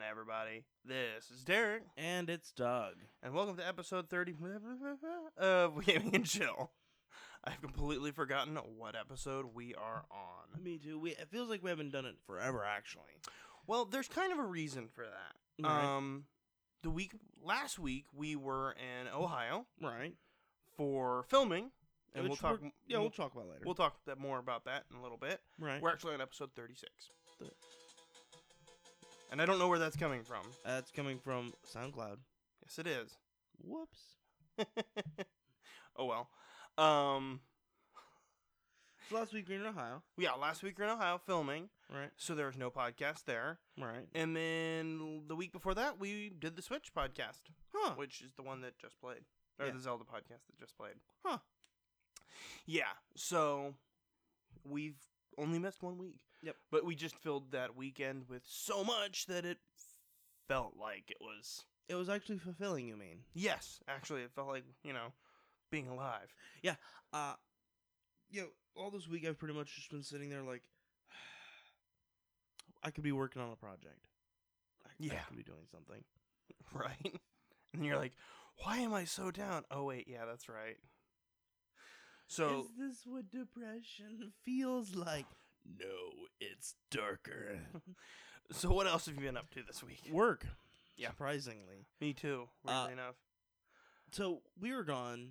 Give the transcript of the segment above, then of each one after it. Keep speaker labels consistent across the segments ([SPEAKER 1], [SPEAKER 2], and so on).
[SPEAKER 1] family. This is Derek,
[SPEAKER 2] And it's Doug.
[SPEAKER 1] and welcome to episode 30 of Gaming and Chill. I've completely forgotten what episode we are on.
[SPEAKER 2] Me too. We, it feels like we haven't done it forever, actually.
[SPEAKER 1] Well, there's kind of a reason for that.
[SPEAKER 2] Right.
[SPEAKER 1] Um, the week last week we were in Ohio
[SPEAKER 2] Right.
[SPEAKER 1] for filming, and
[SPEAKER 2] Which
[SPEAKER 1] we'll talk.
[SPEAKER 2] we're- Yeah, we'll talk about later.
[SPEAKER 1] We'll talk that more about that in a little bit.
[SPEAKER 2] right.
[SPEAKER 1] We're actually on episode 36.
[SPEAKER 2] The-
[SPEAKER 1] And I don't know where that's coming from.
[SPEAKER 2] That's coming from SoundCloud.
[SPEAKER 1] Yes, it is.
[SPEAKER 2] Whoops.
[SPEAKER 1] oh well. Um,
[SPEAKER 2] So last week we were in Ohio.
[SPEAKER 1] yeah, last week we we're in Ohio filming,
[SPEAKER 2] Right.
[SPEAKER 1] so there was no podcast there.
[SPEAKER 2] Right.
[SPEAKER 1] And then the week before that, we did the Switch podcast,
[SPEAKER 2] Huh.
[SPEAKER 1] which is the one that just played, or
[SPEAKER 2] Yeah.
[SPEAKER 1] the Zelda podcast that just played.
[SPEAKER 2] Huh.
[SPEAKER 1] Yeah. So we've only missed one week.
[SPEAKER 2] Yep.
[SPEAKER 1] But we just filled that weekend with so much that it felt like it was.
[SPEAKER 2] It was actually fulfilling, you mean?
[SPEAKER 1] Yes, actually, it felt like you know being alive.
[SPEAKER 2] Uh, you know, all this week I've pretty much just been sitting there like, I could be working on a project. I, I
[SPEAKER 1] Yeah.
[SPEAKER 2] could be doing something.
[SPEAKER 1] right? And you're like, why am I so down? Oh wait, yeah, that's right. So
[SPEAKER 2] Is this what depression feels like? No, it's darker.
[SPEAKER 1] so what else have you been up to this week?
[SPEAKER 2] Work.
[SPEAKER 1] Yeah.
[SPEAKER 2] Surprisingly.
[SPEAKER 1] Me too,
[SPEAKER 2] Uh,
[SPEAKER 1] weirdly enough.
[SPEAKER 2] So we were gone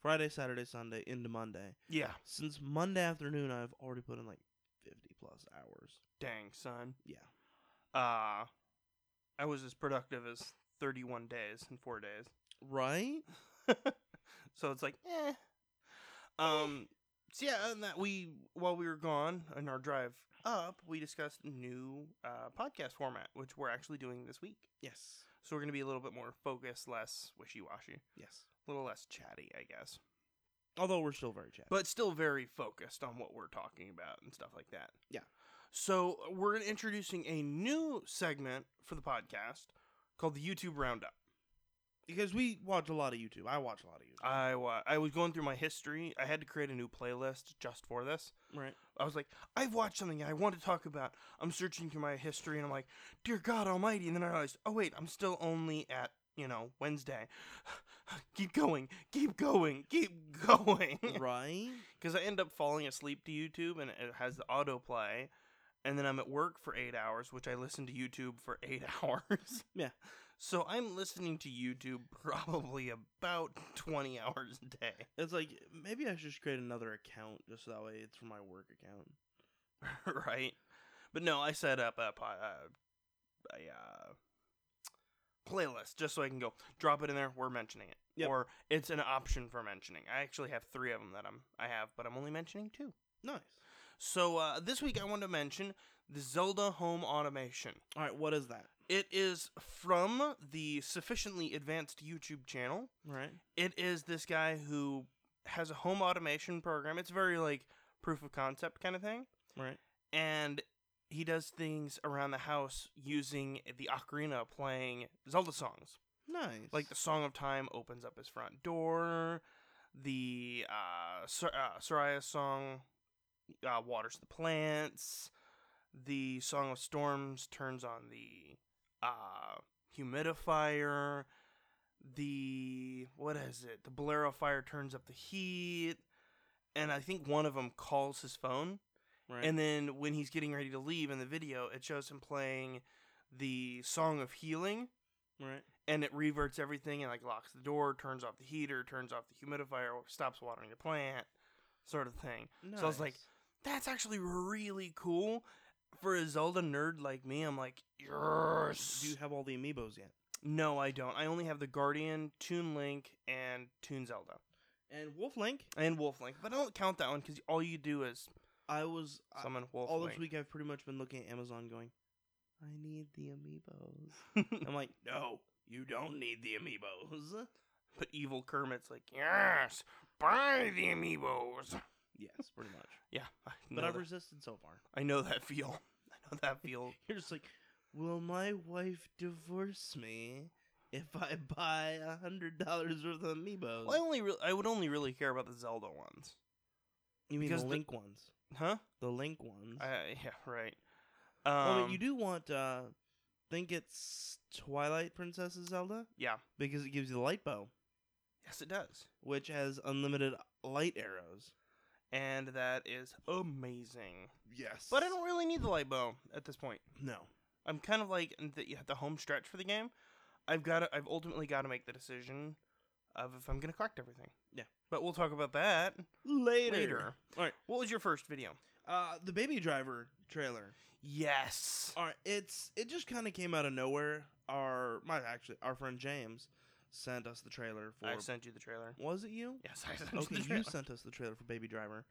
[SPEAKER 2] Friday, Saturday, Sunday into Monday.
[SPEAKER 1] Yeah.
[SPEAKER 2] Since Monday afternoon, I've already put in like 50 plus hours.
[SPEAKER 1] Dang, son.
[SPEAKER 2] Yeah.
[SPEAKER 1] Uh I was as productive as thirty one days in four days.
[SPEAKER 2] Right?
[SPEAKER 1] so it's like, eh. Um so yeah, and that we while we were gone on our drive up, we discussed new uh, podcast format, which we're actually doing this week.
[SPEAKER 2] Yes.
[SPEAKER 1] So we're going to be a little bit more focused, less wishy washy,
[SPEAKER 2] Yes.
[SPEAKER 1] a little less chatty, I guess.
[SPEAKER 2] Although we're still very chatty.
[SPEAKER 1] But still very focused on what we're talking about and stuff like that.
[SPEAKER 2] Yeah.
[SPEAKER 1] So we're introducing a new segment for the podcast called the YouTube Roundup.
[SPEAKER 2] because we watch a lot of YouTube. I watch a lot of YouTube.
[SPEAKER 1] I, wa I was going through my history. I had to create a new playlist just for this.
[SPEAKER 2] Uh, right.
[SPEAKER 1] I was like, I've watched something I want to talk about. I'm searching through my history and I'm like, dear God Almighty. And then I realized, oh, wait, I'm still only at, you know, Wednesday. keep going, keep going, keep going.
[SPEAKER 2] right?
[SPEAKER 1] Because I end up falling asleep to YouTube and it has the autoplay. And then I'm at work for eight hours, which I listen to YouTube for eight hours.
[SPEAKER 2] Yeah.
[SPEAKER 1] So I'm listening to YouTube probably about 20 hours a day.
[SPEAKER 2] It's like maybe I should just create another account just so that way it's for my work account.
[SPEAKER 1] right? But no, I set up a, po- uh, a uh, playlist just so I can go drop it in there. We're mentioning it,
[SPEAKER 2] Yep.
[SPEAKER 1] or it's an option for mentioning. I actually have three of them that I'm I have, but I'm only mentioning two.
[SPEAKER 2] Nice.
[SPEAKER 1] So uh, this week I want to mention the Zelda home automation.
[SPEAKER 2] All right, what is that?
[SPEAKER 1] It is from the sufficiently advanced YouTube channel.
[SPEAKER 2] Right?
[SPEAKER 1] It is this guy who has a home automation program. It's very like proof of concept kind of thing
[SPEAKER 2] Right.
[SPEAKER 1] and he does things around the house using the ocarina playing Zelda songs.
[SPEAKER 2] Nice.
[SPEAKER 1] Like the Song of Time opens up his front door, the uh, Sor- uh, Soraya song uh, waters the plants, the Song of Storms turns on the uh, humidifier, the what is it? The Bolero fire turns up the heat, and I think one of them calls his phone.
[SPEAKER 2] right.
[SPEAKER 1] And then when he's getting ready to leave in the video, it shows him playing the song of healing
[SPEAKER 2] right.
[SPEAKER 1] and it reverts everything and like locks the door, turns off the heater, turns off the humidifier, stops watering the plant, sort of thing.
[SPEAKER 2] Nice.
[SPEAKER 1] I was like, That's actually really cool. For a Zelda nerd like me, I'm like, yes.
[SPEAKER 2] do you have all the amiibos yet?
[SPEAKER 1] no, I don't. I only have the Guardian, Toon Link, and Toon Zelda.
[SPEAKER 2] And Wolf Link,
[SPEAKER 1] And Wolf Link. But I don't count that one because all you do is
[SPEAKER 2] I was I-
[SPEAKER 1] summon Wolf
[SPEAKER 2] all this
[SPEAKER 1] Link.
[SPEAKER 2] week. I've pretty much been looking at Amazon, going, I need the amiibos. I'm like, no, you don't need the amiibos.
[SPEAKER 1] But evil Kermit's like, yes, buy the amiibos.
[SPEAKER 2] yes, pretty much.
[SPEAKER 1] Yeah, I know,
[SPEAKER 2] But I've
[SPEAKER 1] that,
[SPEAKER 2] resisted so far.
[SPEAKER 1] I know that feel. I know that feel.
[SPEAKER 2] You're just like, will my wife divorce me if I buy a hundred dollars worth of amiibos?
[SPEAKER 1] Well, I only re- I would only really care about the Zelda ones,
[SPEAKER 2] You mean the
[SPEAKER 1] Because the-
[SPEAKER 2] Link ones?
[SPEAKER 1] huh?
[SPEAKER 2] The Link ones. Oh,
[SPEAKER 1] I, yeah, right. Um,
[SPEAKER 2] Well, I mean, you do want uh, think it's Twilight Princess Zelda
[SPEAKER 1] Yeah.
[SPEAKER 2] because it gives you the light bow,
[SPEAKER 1] Yes, it does.
[SPEAKER 2] which has unlimited light arrows.
[SPEAKER 1] And that is amazing.
[SPEAKER 2] Yes,
[SPEAKER 1] But I don't really need the light bow at this point.
[SPEAKER 2] No,
[SPEAKER 1] I'm kind of like in the, at the home stretch for the game. I've got to, I've ultimately got to make the decision of if I'm going to collect everything.
[SPEAKER 2] Yeah.
[SPEAKER 1] But we'll talk about that
[SPEAKER 2] later.
[SPEAKER 1] later.
[SPEAKER 2] All right.
[SPEAKER 1] What was your first video?
[SPEAKER 2] Uh, the Baby Driver trailer.
[SPEAKER 1] Yes.
[SPEAKER 2] All right, it's it just kind of came out of nowhere. Our my actually our friend James sent us the trailer for.
[SPEAKER 1] I sent you the trailer.
[SPEAKER 2] was it you?
[SPEAKER 1] Yes, I sent
[SPEAKER 2] Okay,
[SPEAKER 1] you the
[SPEAKER 2] Oh, you
[SPEAKER 1] trailer.
[SPEAKER 2] sent us the trailer for Baby Driver.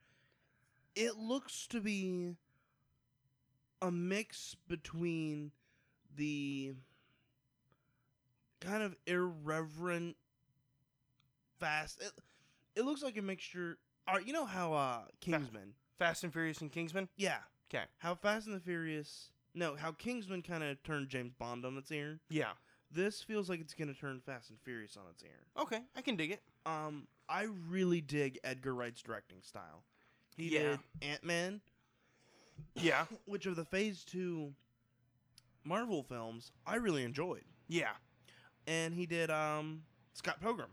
[SPEAKER 2] It looks to be a mix between the kind of irreverent, fast. It, it looks like a mixture. All right, you know how uh, Kingsman,
[SPEAKER 1] Fast and Furious and Kingsman.
[SPEAKER 2] yeah,
[SPEAKER 1] 'Kay.
[SPEAKER 2] How Fast and the Furious, no, how Kingsman kind of turned James Bond on its ear.
[SPEAKER 1] Yeah.
[SPEAKER 2] This feels like it's gonna turn Fast and Furious on its ear.
[SPEAKER 1] Okay, I can dig it.
[SPEAKER 2] Um, I really dig Edgar Wright's directing style. He
[SPEAKER 1] Yeah.
[SPEAKER 2] did Ant Man,
[SPEAKER 1] Yeah.
[SPEAKER 2] which of the Phase Two Marvel films I really enjoyed,
[SPEAKER 1] Yeah.
[SPEAKER 2] and he did um Scott Pilgrim.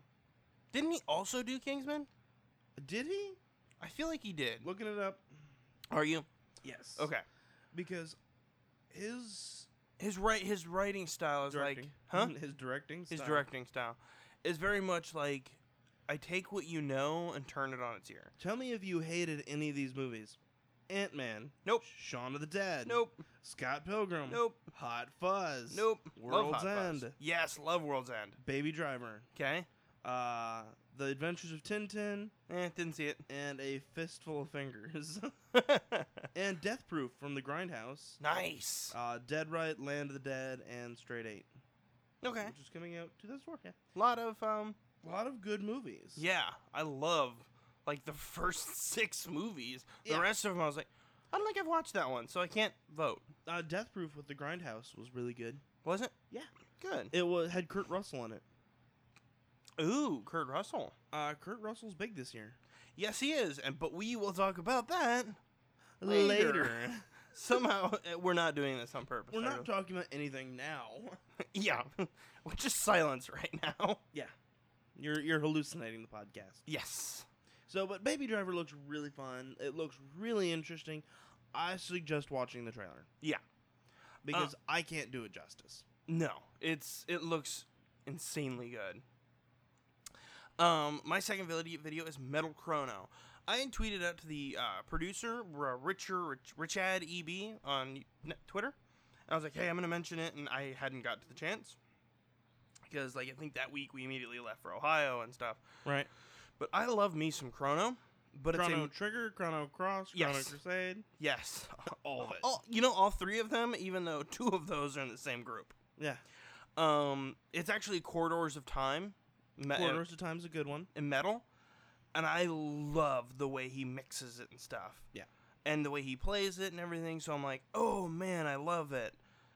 [SPEAKER 1] Didn't he also do Kingsman?
[SPEAKER 2] Did he?
[SPEAKER 1] I feel like he did.
[SPEAKER 2] Looking it up.
[SPEAKER 1] Are you?
[SPEAKER 2] Yes. Okay.
[SPEAKER 1] Okay.
[SPEAKER 2] Because his
[SPEAKER 1] His right his writing style is
[SPEAKER 2] directing,
[SPEAKER 1] like huh?
[SPEAKER 2] His directing.
[SPEAKER 1] His
[SPEAKER 2] style.
[SPEAKER 1] directing style is very much like I take what you know and turn it on its ear.
[SPEAKER 2] Tell me if you hated any of these movies. Ant Man.
[SPEAKER 1] Nope.
[SPEAKER 2] Shaun of the Dead.
[SPEAKER 1] Nope.
[SPEAKER 2] Scott Pilgrim.
[SPEAKER 1] Nope.
[SPEAKER 2] Hot Fuzz.
[SPEAKER 1] Nope.
[SPEAKER 2] Um, World's
[SPEAKER 1] Hot Fuzz.
[SPEAKER 2] End.
[SPEAKER 1] Yes, love World's End.
[SPEAKER 2] Baby Driver.
[SPEAKER 1] Okay.
[SPEAKER 2] uh, The Adventures of Tintin,
[SPEAKER 1] Eh, didn't see it.
[SPEAKER 2] and A Fistful of Fingers, and Death Proof from the Grindhouse,
[SPEAKER 1] nice.
[SPEAKER 2] uh, Dead Right, Land of the Dead, and Straight Eight.
[SPEAKER 1] Okay.
[SPEAKER 2] Which is coming out 2004. Yeah.
[SPEAKER 1] lot of um
[SPEAKER 2] A lot of good movies.
[SPEAKER 1] yeah, I love like the first 6 movies. The
[SPEAKER 2] Yeah.
[SPEAKER 1] rest of them I was like I don't think I've watched that one, so I can't vote.
[SPEAKER 2] Uh, Death Proof with the Grindhouse was really good.
[SPEAKER 1] Was it?
[SPEAKER 2] Yeah.
[SPEAKER 1] Good.
[SPEAKER 2] It was had Kurt Russell in it.
[SPEAKER 1] Ooh, Kurt Russell.
[SPEAKER 2] Uh, Kurt Russell's big this year.
[SPEAKER 1] Yes, he is. And but we will talk about that Later. somehow. uh, We're not doing this on purpose.
[SPEAKER 2] We're
[SPEAKER 1] I
[SPEAKER 2] not
[SPEAKER 1] don't-
[SPEAKER 2] talking about anything now.
[SPEAKER 1] yeah, we're just silence right now.
[SPEAKER 2] You're you're hallucinating the podcast.
[SPEAKER 1] Yes.
[SPEAKER 2] So, but Baby Driver looks really fun. It looks really interesting. I suggest watching the trailer.
[SPEAKER 1] Yeah. Uh,
[SPEAKER 2] Because I can't do it justice.
[SPEAKER 1] No. It's it looks insanely good. Um, my second vid- video is Metal Chrono. I had tweeted out to the uh, producer, R- Richard Rich, Richad EB on n- Twitter. And I was like, "Hey, I'm gonna mention it," and I hadn't got to the chance because, like, I think that week we immediately left for Ohio and stuff.
[SPEAKER 2] Right.
[SPEAKER 1] But I love me some Chrono. But
[SPEAKER 2] Chrono
[SPEAKER 1] it's a
[SPEAKER 2] Trigger, Chrono Cross, Chrono
[SPEAKER 1] Yes.
[SPEAKER 2] Crusade.
[SPEAKER 1] yes.
[SPEAKER 2] All of it.
[SPEAKER 1] All, you know, all three of them, even though two of those are in the same group.
[SPEAKER 2] Yeah.
[SPEAKER 1] Um, it's actually Corridors of Time, me- uh,
[SPEAKER 2] Quarters of Time's a good one.
[SPEAKER 1] in metal, and I love the way he mixes it and stuff.
[SPEAKER 2] Yeah.
[SPEAKER 1] and the way he plays it and everything. So I'm like, oh man, I love it.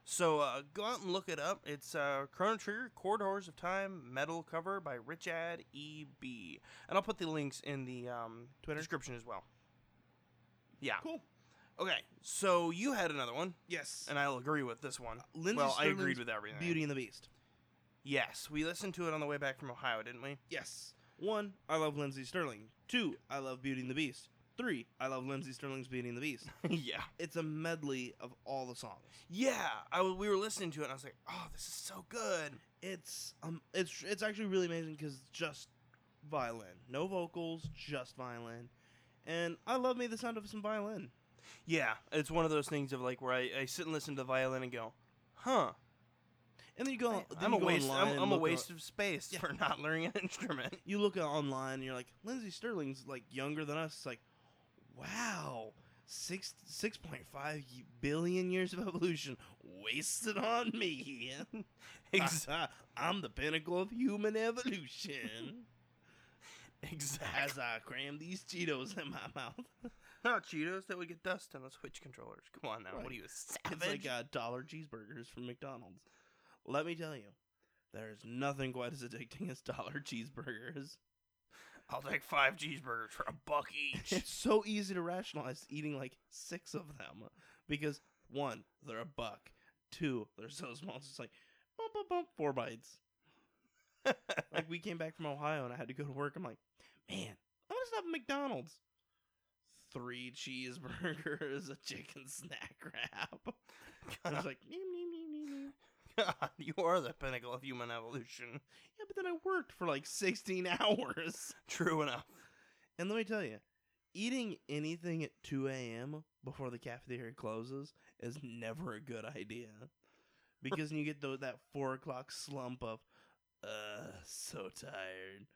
[SPEAKER 1] So uh, go out and look it up. It's uh, Chrono Trigger Corridors of Time metal cover by Richad E B, and I'll put the links in the um,
[SPEAKER 2] Twitter?
[SPEAKER 1] description as well. Yeah.
[SPEAKER 2] Cool.
[SPEAKER 1] Okay. So you had another one,
[SPEAKER 2] Yes.
[SPEAKER 1] and I'll agree with this one.
[SPEAKER 2] Lindsay
[SPEAKER 1] well, I
[SPEAKER 2] Sterling's
[SPEAKER 1] agreed with everything.
[SPEAKER 2] Beauty and the Beast.
[SPEAKER 1] Yes, we listened to it on the way back from Ohio, didn't we?
[SPEAKER 2] Yes. One, I love Lindsay Sterling. Two, I love Beauty and the Beast. Three, I love Lindsay Sterling's Beauty and the Beast.
[SPEAKER 1] yeah.
[SPEAKER 2] It's a medley of all the songs.
[SPEAKER 1] Yeah, I w- we were listening to it, and I was like, "Oh, this is so good."
[SPEAKER 2] It's um, it's it's actually really amazing because just violin, no vocals, just violin, and I love me the sound of some violin.
[SPEAKER 1] Yeah, it's one of those things of like where I, I sit and listen to the violin and go, "Huh."
[SPEAKER 2] And then you go,
[SPEAKER 1] I-
[SPEAKER 2] then
[SPEAKER 1] I'm
[SPEAKER 2] you
[SPEAKER 1] a
[SPEAKER 2] go
[SPEAKER 1] waste.
[SPEAKER 2] Online
[SPEAKER 1] I'm,
[SPEAKER 2] and
[SPEAKER 1] I'm a
[SPEAKER 2] look
[SPEAKER 1] waste
[SPEAKER 2] on-
[SPEAKER 1] of space
[SPEAKER 2] Yeah.
[SPEAKER 1] for not learning an instrument.
[SPEAKER 2] you look online, and you're like, Lindsay Sterling's like younger than us. It's like, wow, six six point five billion years of evolution wasted on me.
[SPEAKER 1] Ex-
[SPEAKER 2] I'm the pinnacle of human evolution.
[SPEAKER 1] exactly.
[SPEAKER 2] as I cram these Cheetos in my mouth.
[SPEAKER 1] Not Cheetos that would get dust on the Switch controllers. Come on now, what
[SPEAKER 2] Right.
[SPEAKER 1] are you a savage?
[SPEAKER 2] It's like uh, dollar cheeseburgers from McDonald's. Let me tell you, there is nothing quite as addicting as dollar cheeseburgers.
[SPEAKER 1] I'll take five cheeseburgers for a buck each.
[SPEAKER 2] It's so easy to rationalize eating like six of them because one, they're a buck. two. They're so small. It's just like, bump, bump, bump, four bites. like we came back from Ohio and I had to go to work. I'm like, man, I'm gonna stop at McDonald's. Three cheeseburgers, a chicken snack wrap. I was like, "Meow, meow, meow, meow, meow."
[SPEAKER 1] God, you are the pinnacle of human evolution.
[SPEAKER 2] yeah, but then I worked for like 16 hours.
[SPEAKER 1] True enough.
[SPEAKER 2] And let me tell you, eating anything at 2 a.m. before the cafeteria closes is never a good idea. Because you get tho- that 4 o'clock slump of, uh, so tired.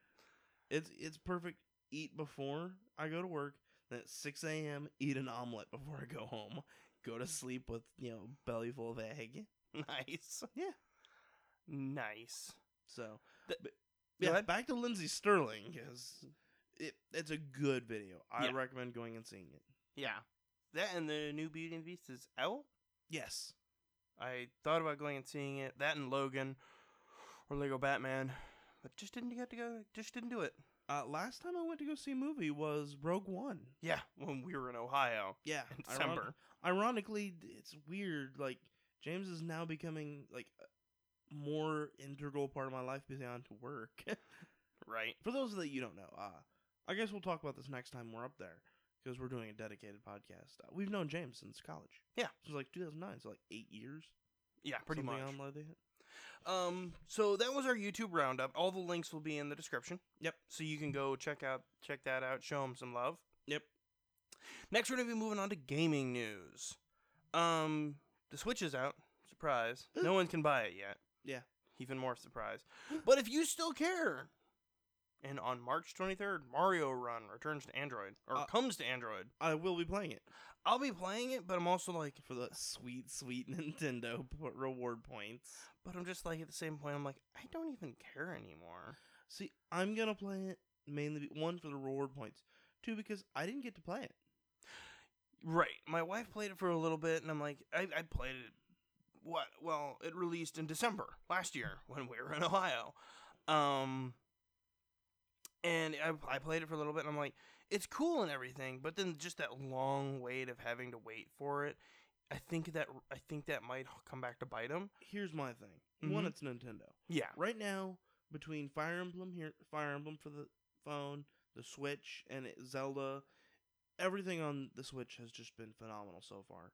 [SPEAKER 2] It's, it's perfect. Eat before I go to work. Then at 6 a.m., eat an omelet before I go home. Go to sleep with, you know, belly full of egg.
[SPEAKER 1] Nice.
[SPEAKER 2] Yeah.
[SPEAKER 1] Nice.
[SPEAKER 2] So,
[SPEAKER 1] Th-
[SPEAKER 2] but-
[SPEAKER 1] go
[SPEAKER 2] yeah,
[SPEAKER 1] ahead.
[SPEAKER 2] back to Lindsey Sterling because it it's a good video. I
[SPEAKER 1] Yeah.
[SPEAKER 2] recommend going and seeing it.
[SPEAKER 1] Yeah. That and the new Beauty and the Beast is out.
[SPEAKER 2] Yes,
[SPEAKER 1] I thought about going and seeing it. That and Logan or Lego Batman, but just didn't get to go. Just didn't do it.
[SPEAKER 2] uh, last time I went to go see a movie was Rogue One.
[SPEAKER 1] Yeah, when we were in Ohio
[SPEAKER 2] Yeah,
[SPEAKER 1] in
[SPEAKER 2] iron-
[SPEAKER 1] December.
[SPEAKER 2] ironically, d- it's weird. Like James is now becoming like a more integral part of my life beyond work.
[SPEAKER 1] Right.
[SPEAKER 2] For those that you don't know, uh, I guess we'll talk about this next time we're up there because we're doing a dedicated podcast. Uh, we've known James since college.
[SPEAKER 1] Yeah.
[SPEAKER 2] since like 2009, so like eight years.
[SPEAKER 1] Yeah, pretty
[SPEAKER 2] something
[SPEAKER 1] much.
[SPEAKER 2] on like that.
[SPEAKER 1] Um, so that was our YouTube roundup. All the links will be in the description.
[SPEAKER 2] Yep.
[SPEAKER 1] So you can go check out check that out. Show them some love.
[SPEAKER 2] Yep.
[SPEAKER 1] Next, we're gonna be moving on to gaming news. Um, the Switch is out. Surprise! No one can buy it yet.
[SPEAKER 2] Yeah.
[SPEAKER 1] Even more surprise. But if you still care, and on March twenty third, Mario Run returns to Android or
[SPEAKER 2] Uh,
[SPEAKER 1] comes to Android.
[SPEAKER 2] I will be playing it.
[SPEAKER 1] I'll be playing it, but I'm also like,
[SPEAKER 2] for the sweet, sweet Nintendo p- reward points.
[SPEAKER 1] but I'm just like at the same point. I'm like, I don't even care anymore.
[SPEAKER 2] See, I'm gonna play it mainly be- one for the reward points, two because I didn't get to play it.
[SPEAKER 1] Right. My wife played it for a little bit, and I'm like, I, I played it. What? Well, it released in December last year when we were in Ohio. Um, and I, I played it for a little bit, and I'm like, it's cool and everything, but then just that long wait of having to wait for it. I think that I think that might come back to bite him.
[SPEAKER 2] Here's my thing: one,
[SPEAKER 1] Mhm.
[SPEAKER 2] it's Nintendo.
[SPEAKER 1] Yeah.
[SPEAKER 2] Right now, between Fire Emblem here, Fire Emblem for the phone, the Switch, and it, Zelda, everything on the Switch has just been phenomenal so far.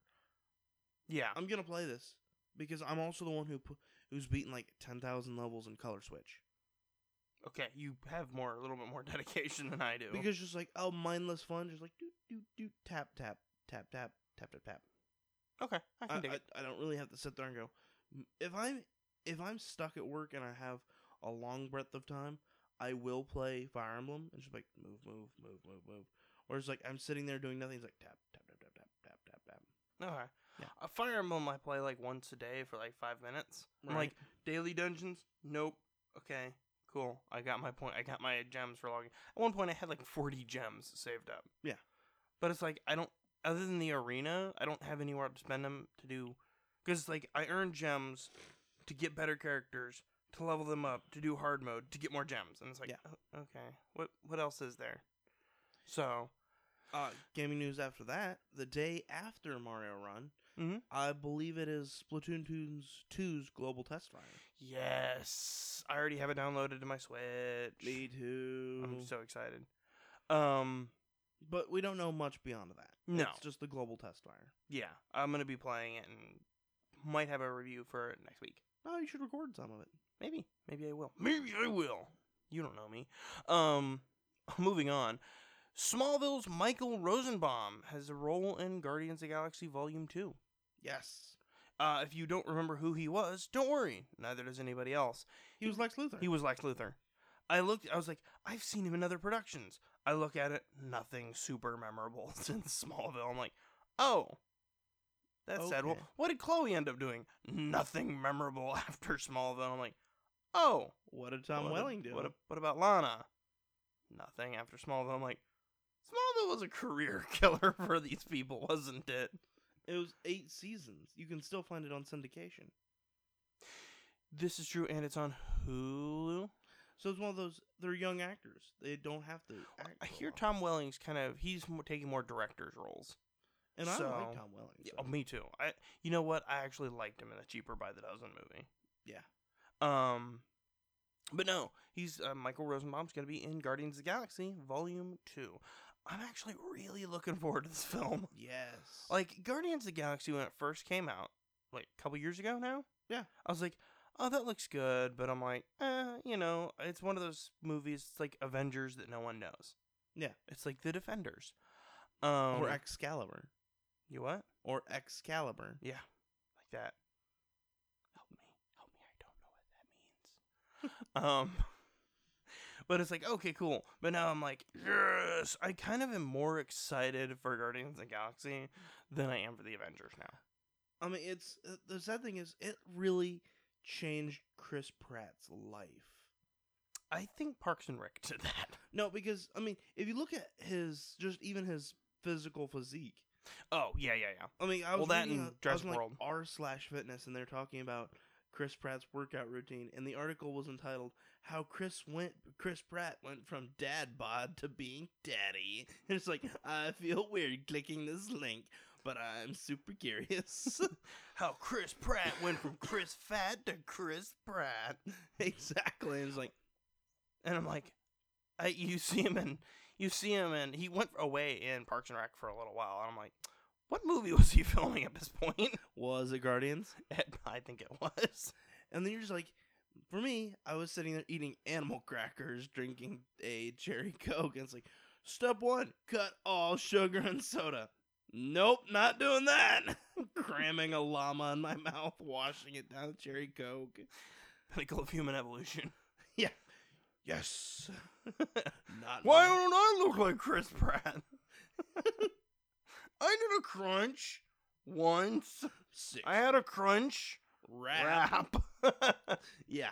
[SPEAKER 1] Yeah.
[SPEAKER 2] I'm gonna play this because I'm also the one who pu- who's beaten like ten thousand levels in Color Switch.
[SPEAKER 1] Okay. You have more a little bit more dedication than I do.
[SPEAKER 2] Because just like oh mindless fun, just like do do do tap tap tap tap tap tap tap.
[SPEAKER 1] okay, I
[SPEAKER 2] I,
[SPEAKER 1] can dig it.
[SPEAKER 2] I, I don't really have to sit there and go. "M- If I'm if I'm stuck at work and I have a long breadth of time, I will play Fire Emblem and just like move move move move move. Or it's like I'm sitting there doing nothing. It's like tap tap tap tap tap tap tap tap.
[SPEAKER 1] Okay.
[SPEAKER 2] Yeah.
[SPEAKER 1] A Fire Emblem I play like once a day for like five minutes. I'm like daily dungeons. Nope. Okay. Cool. I got my point. I got my gems for logging. At one point, I had like 40 gems saved up.
[SPEAKER 2] Yeah.
[SPEAKER 1] But it's like I don't. Other than the arena, I don't have anywhere to spend them to do. Because like I earn gems to get better characters, to level them up, to do hard mode, to get more gems, and it's like,
[SPEAKER 2] Yeah.
[SPEAKER 1] "Oh, okay, what what else is there? So
[SPEAKER 2] uh, gaming news after that, the day after Mario Run,
[SPEAKER 1] Mhm.
[SPEAKER 2] I believe it is Splatoon 2's, 2's global test fire.
[SPEAKER 1] yes, I already have it downloaded to my Switch.
[SPEAKER 2] Me too.
[SPEAKER 1] I'm so excited. Um,
[SPEAKER 2] But we don't know much beyond that.
[SPEAKER 1] No.
[SPEAKER 2] It's just the global test fire.
[SPEAKER 1] yeah, I'm gonna be playing it and might have a review for it next week.
[SPEAKER 2] Oh, you should record some of it.
[SPEAKER 1] Maybe, maybe I will. Maybe I will. You don't know me. Um, moving on. Smallville's Michael Rosenbaum has a role in Guardians of the Galaxy Volume Two.
[SPEAKER 2] Yes.
[SPEAKER 1] Uh, if you don't remember who he was, don't worry. Neither does anybody else.
[SPEAKER 2] He was Lex Luthor.
[SPEAKER 1] He was Lex Luthor. I looked. I was like, I've seen him in other productions. I look at it, nothing super memorable since Smallville. I'm like, oh, that's sad. Well,
[SPEAKER 2] Okay.
[SPEAKER 1] what did Chloe end up doing? Nothing memorable after Smallville. I'm like, oh,
[SPEAKER 2] what did Tom
[SPEAKER 1] what a-
[SPEAKER 2] Welling do?
[SPEAKER 1] What, a- what about Lana? Nothing after Smallville. I'm like, Smallville was a career killer for these people, wasn't it?
[SPEAKER 2] it was eight seasons. You can still find it on syndication.
[SPEAKER 1] This is true, and it's on Hulu.
[SPEAKER 2] So it's one of those. They're young actors. They don't have to. Act
[SPEAKER 1] I
[SPEAKER 2] for a
[SPEAKER 1] hear
[SPEAKER 2] while.
[SPEAKER 1] Tom Welling's kind of he's mo- taking more director's roles.
[SPEAKER 2] And I
[SPEAKER 1] So-
[SPEAKER 2] like Tom Welling.
[SPEAKER 1] Yeah,
[SPEAKER 2] so-
[SPEAKER 1] oh, me too. I you know what? I actually liked him in the Cheaper by the Dozen movie.
[SPEAKER 2] Yeah.
[SPEAKER 1] Um, but no, he's uh, Michael Rosenbaum's going to be in Guardians of the Galaxy Volume Two. I'm actually really looking forward to this film.
[SPEAKER 2] Yes.
[SPEAKER 1] Like Guardians of the Galaxy when it first came out, like a couple years ago now.
[SPEAKER 2] Yeah.
[SPEAKER 1] I was like, oh, that looks good, but I'm like, eh, you know, it's one of those movies. It's like Avengers that no one knows.
[SPEAKER 2] Yeah.
[SPEAKER 1] It's like The Defenders. Um,
[SPEAKER 2] or Excalibur.
[SPEAKER 1] you what?
[SPEAKER 2] Or Excalibur.
[SPEAKER 1] Yeah, like that. Help me, help me! I don't know what that means. um, but it's like okay, cool. But now I'm like, yes, I kind of am more excited for Guardians of the Galaxy than I am for the Avengers now.
[SPEAKER 2] I mean, it's uh, the sad thing is it really changed Chris Pratt's life.
[SPEAKER 1] I think Parks and Rec did that.
[SPEAKER 2] No, because I mean, if you look at his just even his physical physique.
[SPEAKER 1] Oh yeah, yeah, yeah.
[SPEAKER 2] I mean, I
[SPEAKER 1] Well,
[SPEAKER 2] was
[SPEAKER 1] that
[SPEAKER 2] reading
[SPEAKER 1] and
[SPEAKER 2] a- I
[SPEAKER 1] Jurassic
[SPEAKER 2] was in, like,
[SPEAKER 1] World.
[SPEAKER 2] R slash fitness, and they're talking about Chris Pratt's workout routine, and the article was entitled "How Chris Went Chris Pratt Went from Dad Bod to Being Daddy." And it's like I feel weird clicking this link, but I'm super curious.
[SPEAKER 1] How Chris Pratt went from Chris Fat to Chris Pratt,
[SPEAKER 2] exactly, and it's like
[SPEAKER 1] and I'm like, I, you see him in, you see him in. He went away in Parks and Rec for a little while, and I'm like, what movie was he filming at this point?
[SPEAKER 2] was it Guardians?
[SPEAKER 1] Ed- I think it was.
[SPEAKER 2] And then you're just like, for me, I was sitting there eating animal crackers, drinking a cherry coke, and it's like, step one, cut all sugar and soda. Nope, not doing that. Cramming a llama in my mouth, washing it down with cherry coke.
[SPEAKER 1] Pinnacle of Human Evolution.
[SPEAKER 2] Yes, not
[SPEAKER 1] Why
[SPEAKER 2] mine.
[SPEAKER 1] don't I look like Chris Pratt? I did a crunch once.
[SPEAKER 2] Six
[SPEAKER 1] I had a crunch
[SPEAKER 2] rap.
[SPEAKER 1] wrap.
[SPEAKER 2] Yeah.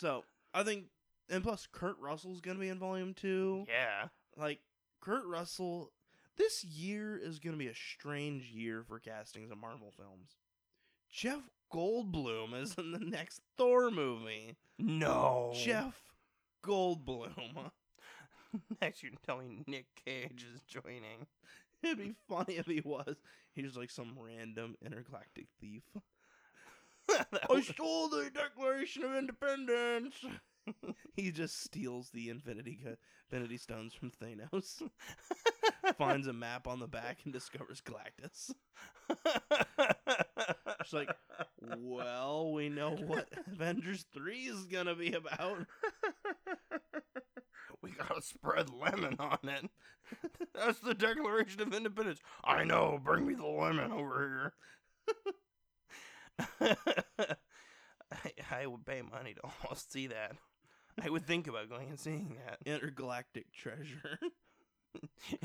[SPEAKER 2] So I think, and plus, Kurt Russell's gonna be in volume two.
[SPEAKER 1] yeah.
[SPEAKER 2] like Kurt Russell this year is going to be a strange year for castings in Marvel films. Jeff Goldblum is in the next Thor movie. Oh.
[SPEAKER 1] No.
[SPEAKER 2] Jeff Goldblum.
[SPEAKER 1] Next, you're telling me Nick Cage is joining.
[SPEAKER 2] It'd be funny if he was. He's like some random intergalactic thief.
[SPEAKER 1] That
[SPEAKER 2] I
[SPEAKER 1] was-
[SPEAKER 2] stole the Declaration of Independence. he just steals the Infinity Co- Infinity Stones from Thanos. Finds a map on the back and discovers Galactus. It's like, well, we know what Avengers 3 is going to be about.
[SPEAKER 1] we gotta spread lemon on it. That's the Declaration of Independence. I know. Bring me the lemon over here. I, I would pay money to almost see that. I would think about going and seeing that
[SPEAKER 2] Intergalactic treasure.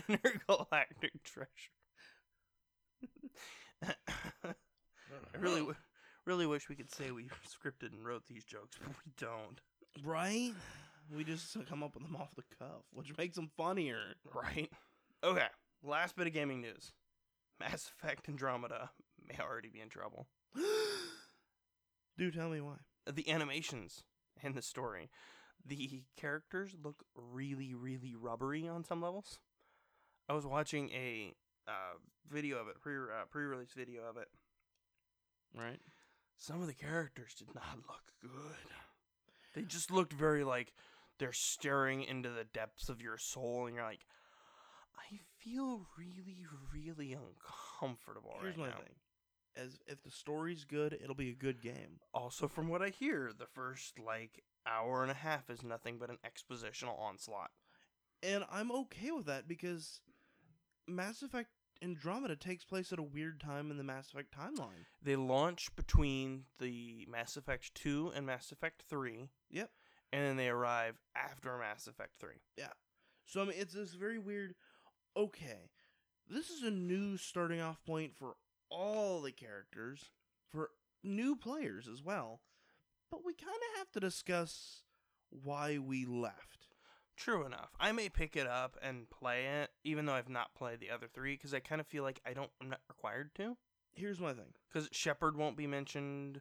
[SPEAKER 1] intergalactic treasure. I really, w- really wish we could say we scripted and wrote these jokes, but we don't.
[SPEAKER 2] Right? We just come up with them off the cuff, which makes them funnier.
[SPEAKER 1] Right? Okay. Last bit of gaming news. Mass Effect Andromeda may already be in trouble.
[SPEAKER 2] Do tell me why.
[SPEAKER 1] The animations in the story, the characters look really, really rubbery on some levels. I was watching a uh, video of it, pre uh, pre-release video of it.
[SPEAKER 2] Right?
[SPEAKER 1] Some of the characters did not look good. They just looked very like they're staring into the depths of your soul, and you're like, I feel really, really uncomfortable
[SPEAKER 2] Here's
[SPEAKER 1] right
[SPEAKER 2] my
[SPEAKER 1] now.
[SPEAKER 2] thing. As if the story's good, it'll be a good game.
[SPEAKER 1] Also, from what I hear, the first like hour and a half is nothing but an expositional onslaught.
[SPEAKER 2] And I'm okay with that because Mass Effect Andromeda takes place at a weird time in the Mass Effect timeline.
[SPEAKER 1] They launch between the Mass Effect 2 and Mass Effect 3.
[SPEAKER 2] Yep.
[SPEAKER 1] And then they arrive after Mass Effect 3.
[SPEAKER 2] So I mean, it's this very weird. Okay, this is a new starting off point for all the characters, for new players as well. But we kind of have to discuss why we left.
[SPEAKER 1] True enough. I may pick it up and play it, even though I've not played the other three, because I kind of feel like I don't. I'm not required to.
[SPEAKER 2] Here's my thing.
[SPEAKER 1] Because Shepard won't be mentioned.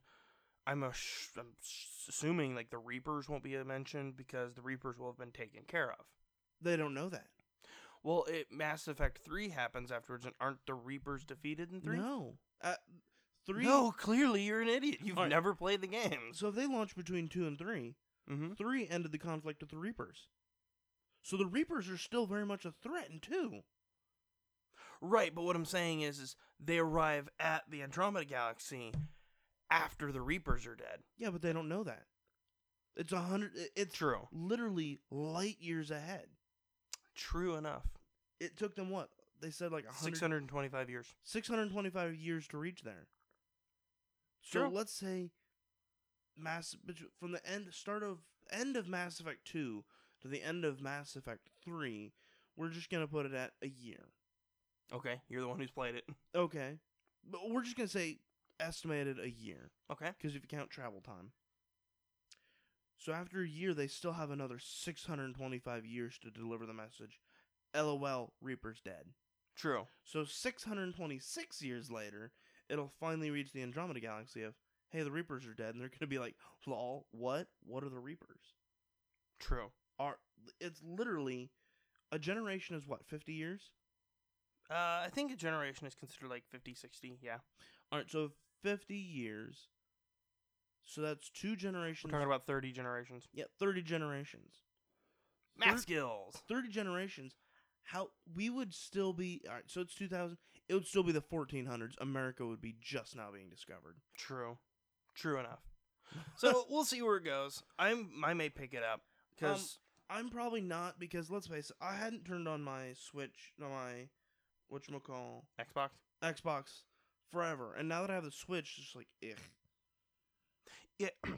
[SPEAKER 1] I'm, a sh- I'm s- assuming like the uh, Reapers won't be mentioned because the Reapers will have been taken care of.
[SPEAKER 2] They don't know that.
[SPEAKER 1] Well, it Mass Effect three happens afterwards, and aren't the Reapers defeated in three?
[SPEAKER 2] No. Uh, three.
[SPEAKER 1] No, clearly you're an idiot. You've
[SPEAKER 2] Alright.
[SPEAKER 1] never played the games.
[SPEAKER 2] So if they launched between two and three,
[SPEAKER 1] Mm-hmm.
[SPEAKER 2] three ended the conflict with the Reapers. So the Reapers are still very much a threat in two.
[SPEAKER 1] Right, but what I'm saying is, is they arrive at the Andromeda Galaxy after the Reapers are dead.
[SPEAKER 2] Yeah, but they don't know that. It's a hundred. it- It's
[SPEAKER 1] True.
[SPEAKER 2] literally light years ahead.
[SPEAKER 1] True enough.
[SPEAKER 2] It took them what they said like a hundred
[SPEAKER 1] 625 years.
[SPEAKER 2] 625 years to reach there. So
[SPEAKER 1] Sure.
[SPEAKER 2] let's say Mass bet- from the end start of end of Mass Effect 2 to the end of Mass Effect 3, we're just going to put it at a year.
[SPEAKER 1] Okay, you're the one who's played it.
[SPEAKER 2] Okay. But we're just going to say estimated a year
[SPEAKER 1] Okay.
[SPEAKER 2] because if you count travel time. So after a year they still have another 625 years to deliver the message. LOL Reaper's dead.
[SPEAKER 1] True.
[SPEAKER 2] So 626 years later, it'll finally reach the Andromeda Galaxy of, hey, the Reapers are dead, and they're going to be like, lol, what? What are the Reapers?
[SPEAKER 1] True.
[SPEAKER 2] Are It's literally, a generation is what, 50 years?
[SPEAKER 1] Uh, I think a generation is considered like 50, 60. Yeah.
[SPEAKER 2] All right, so 50 years. So that's two
[SPEAKER 1] We're
[SPEAKER 2] generations.
[SPEAKER 1] talking about 30 generations.
[SPEAKER 2] yeah, 30 generations.
[SPEAKER 1] Math
[SPEAKER 2] Thir-
[SPEAKER 1] skills.
[SPEAKER 2] 30 generations. How we would still be all right. So it's 2000. It would still be the 1400s. America would be just now being discovered.
[SPEAKER 1] True. True enough. So we'll see where it goes. I'm I may pick it up
[SPEAKER 2] Um,
[SPEAKER 1] because
[SPEAKER 2] I'm probably not because let's face it, I hadn't turned on my Switch, no, my whatchamacall
[SPEAKER 1] Xbox.
[SPEAKER 2] Xbox forever, and now that I have the Switch, it's just like ugh.
[SPEAKER 1] Yeah.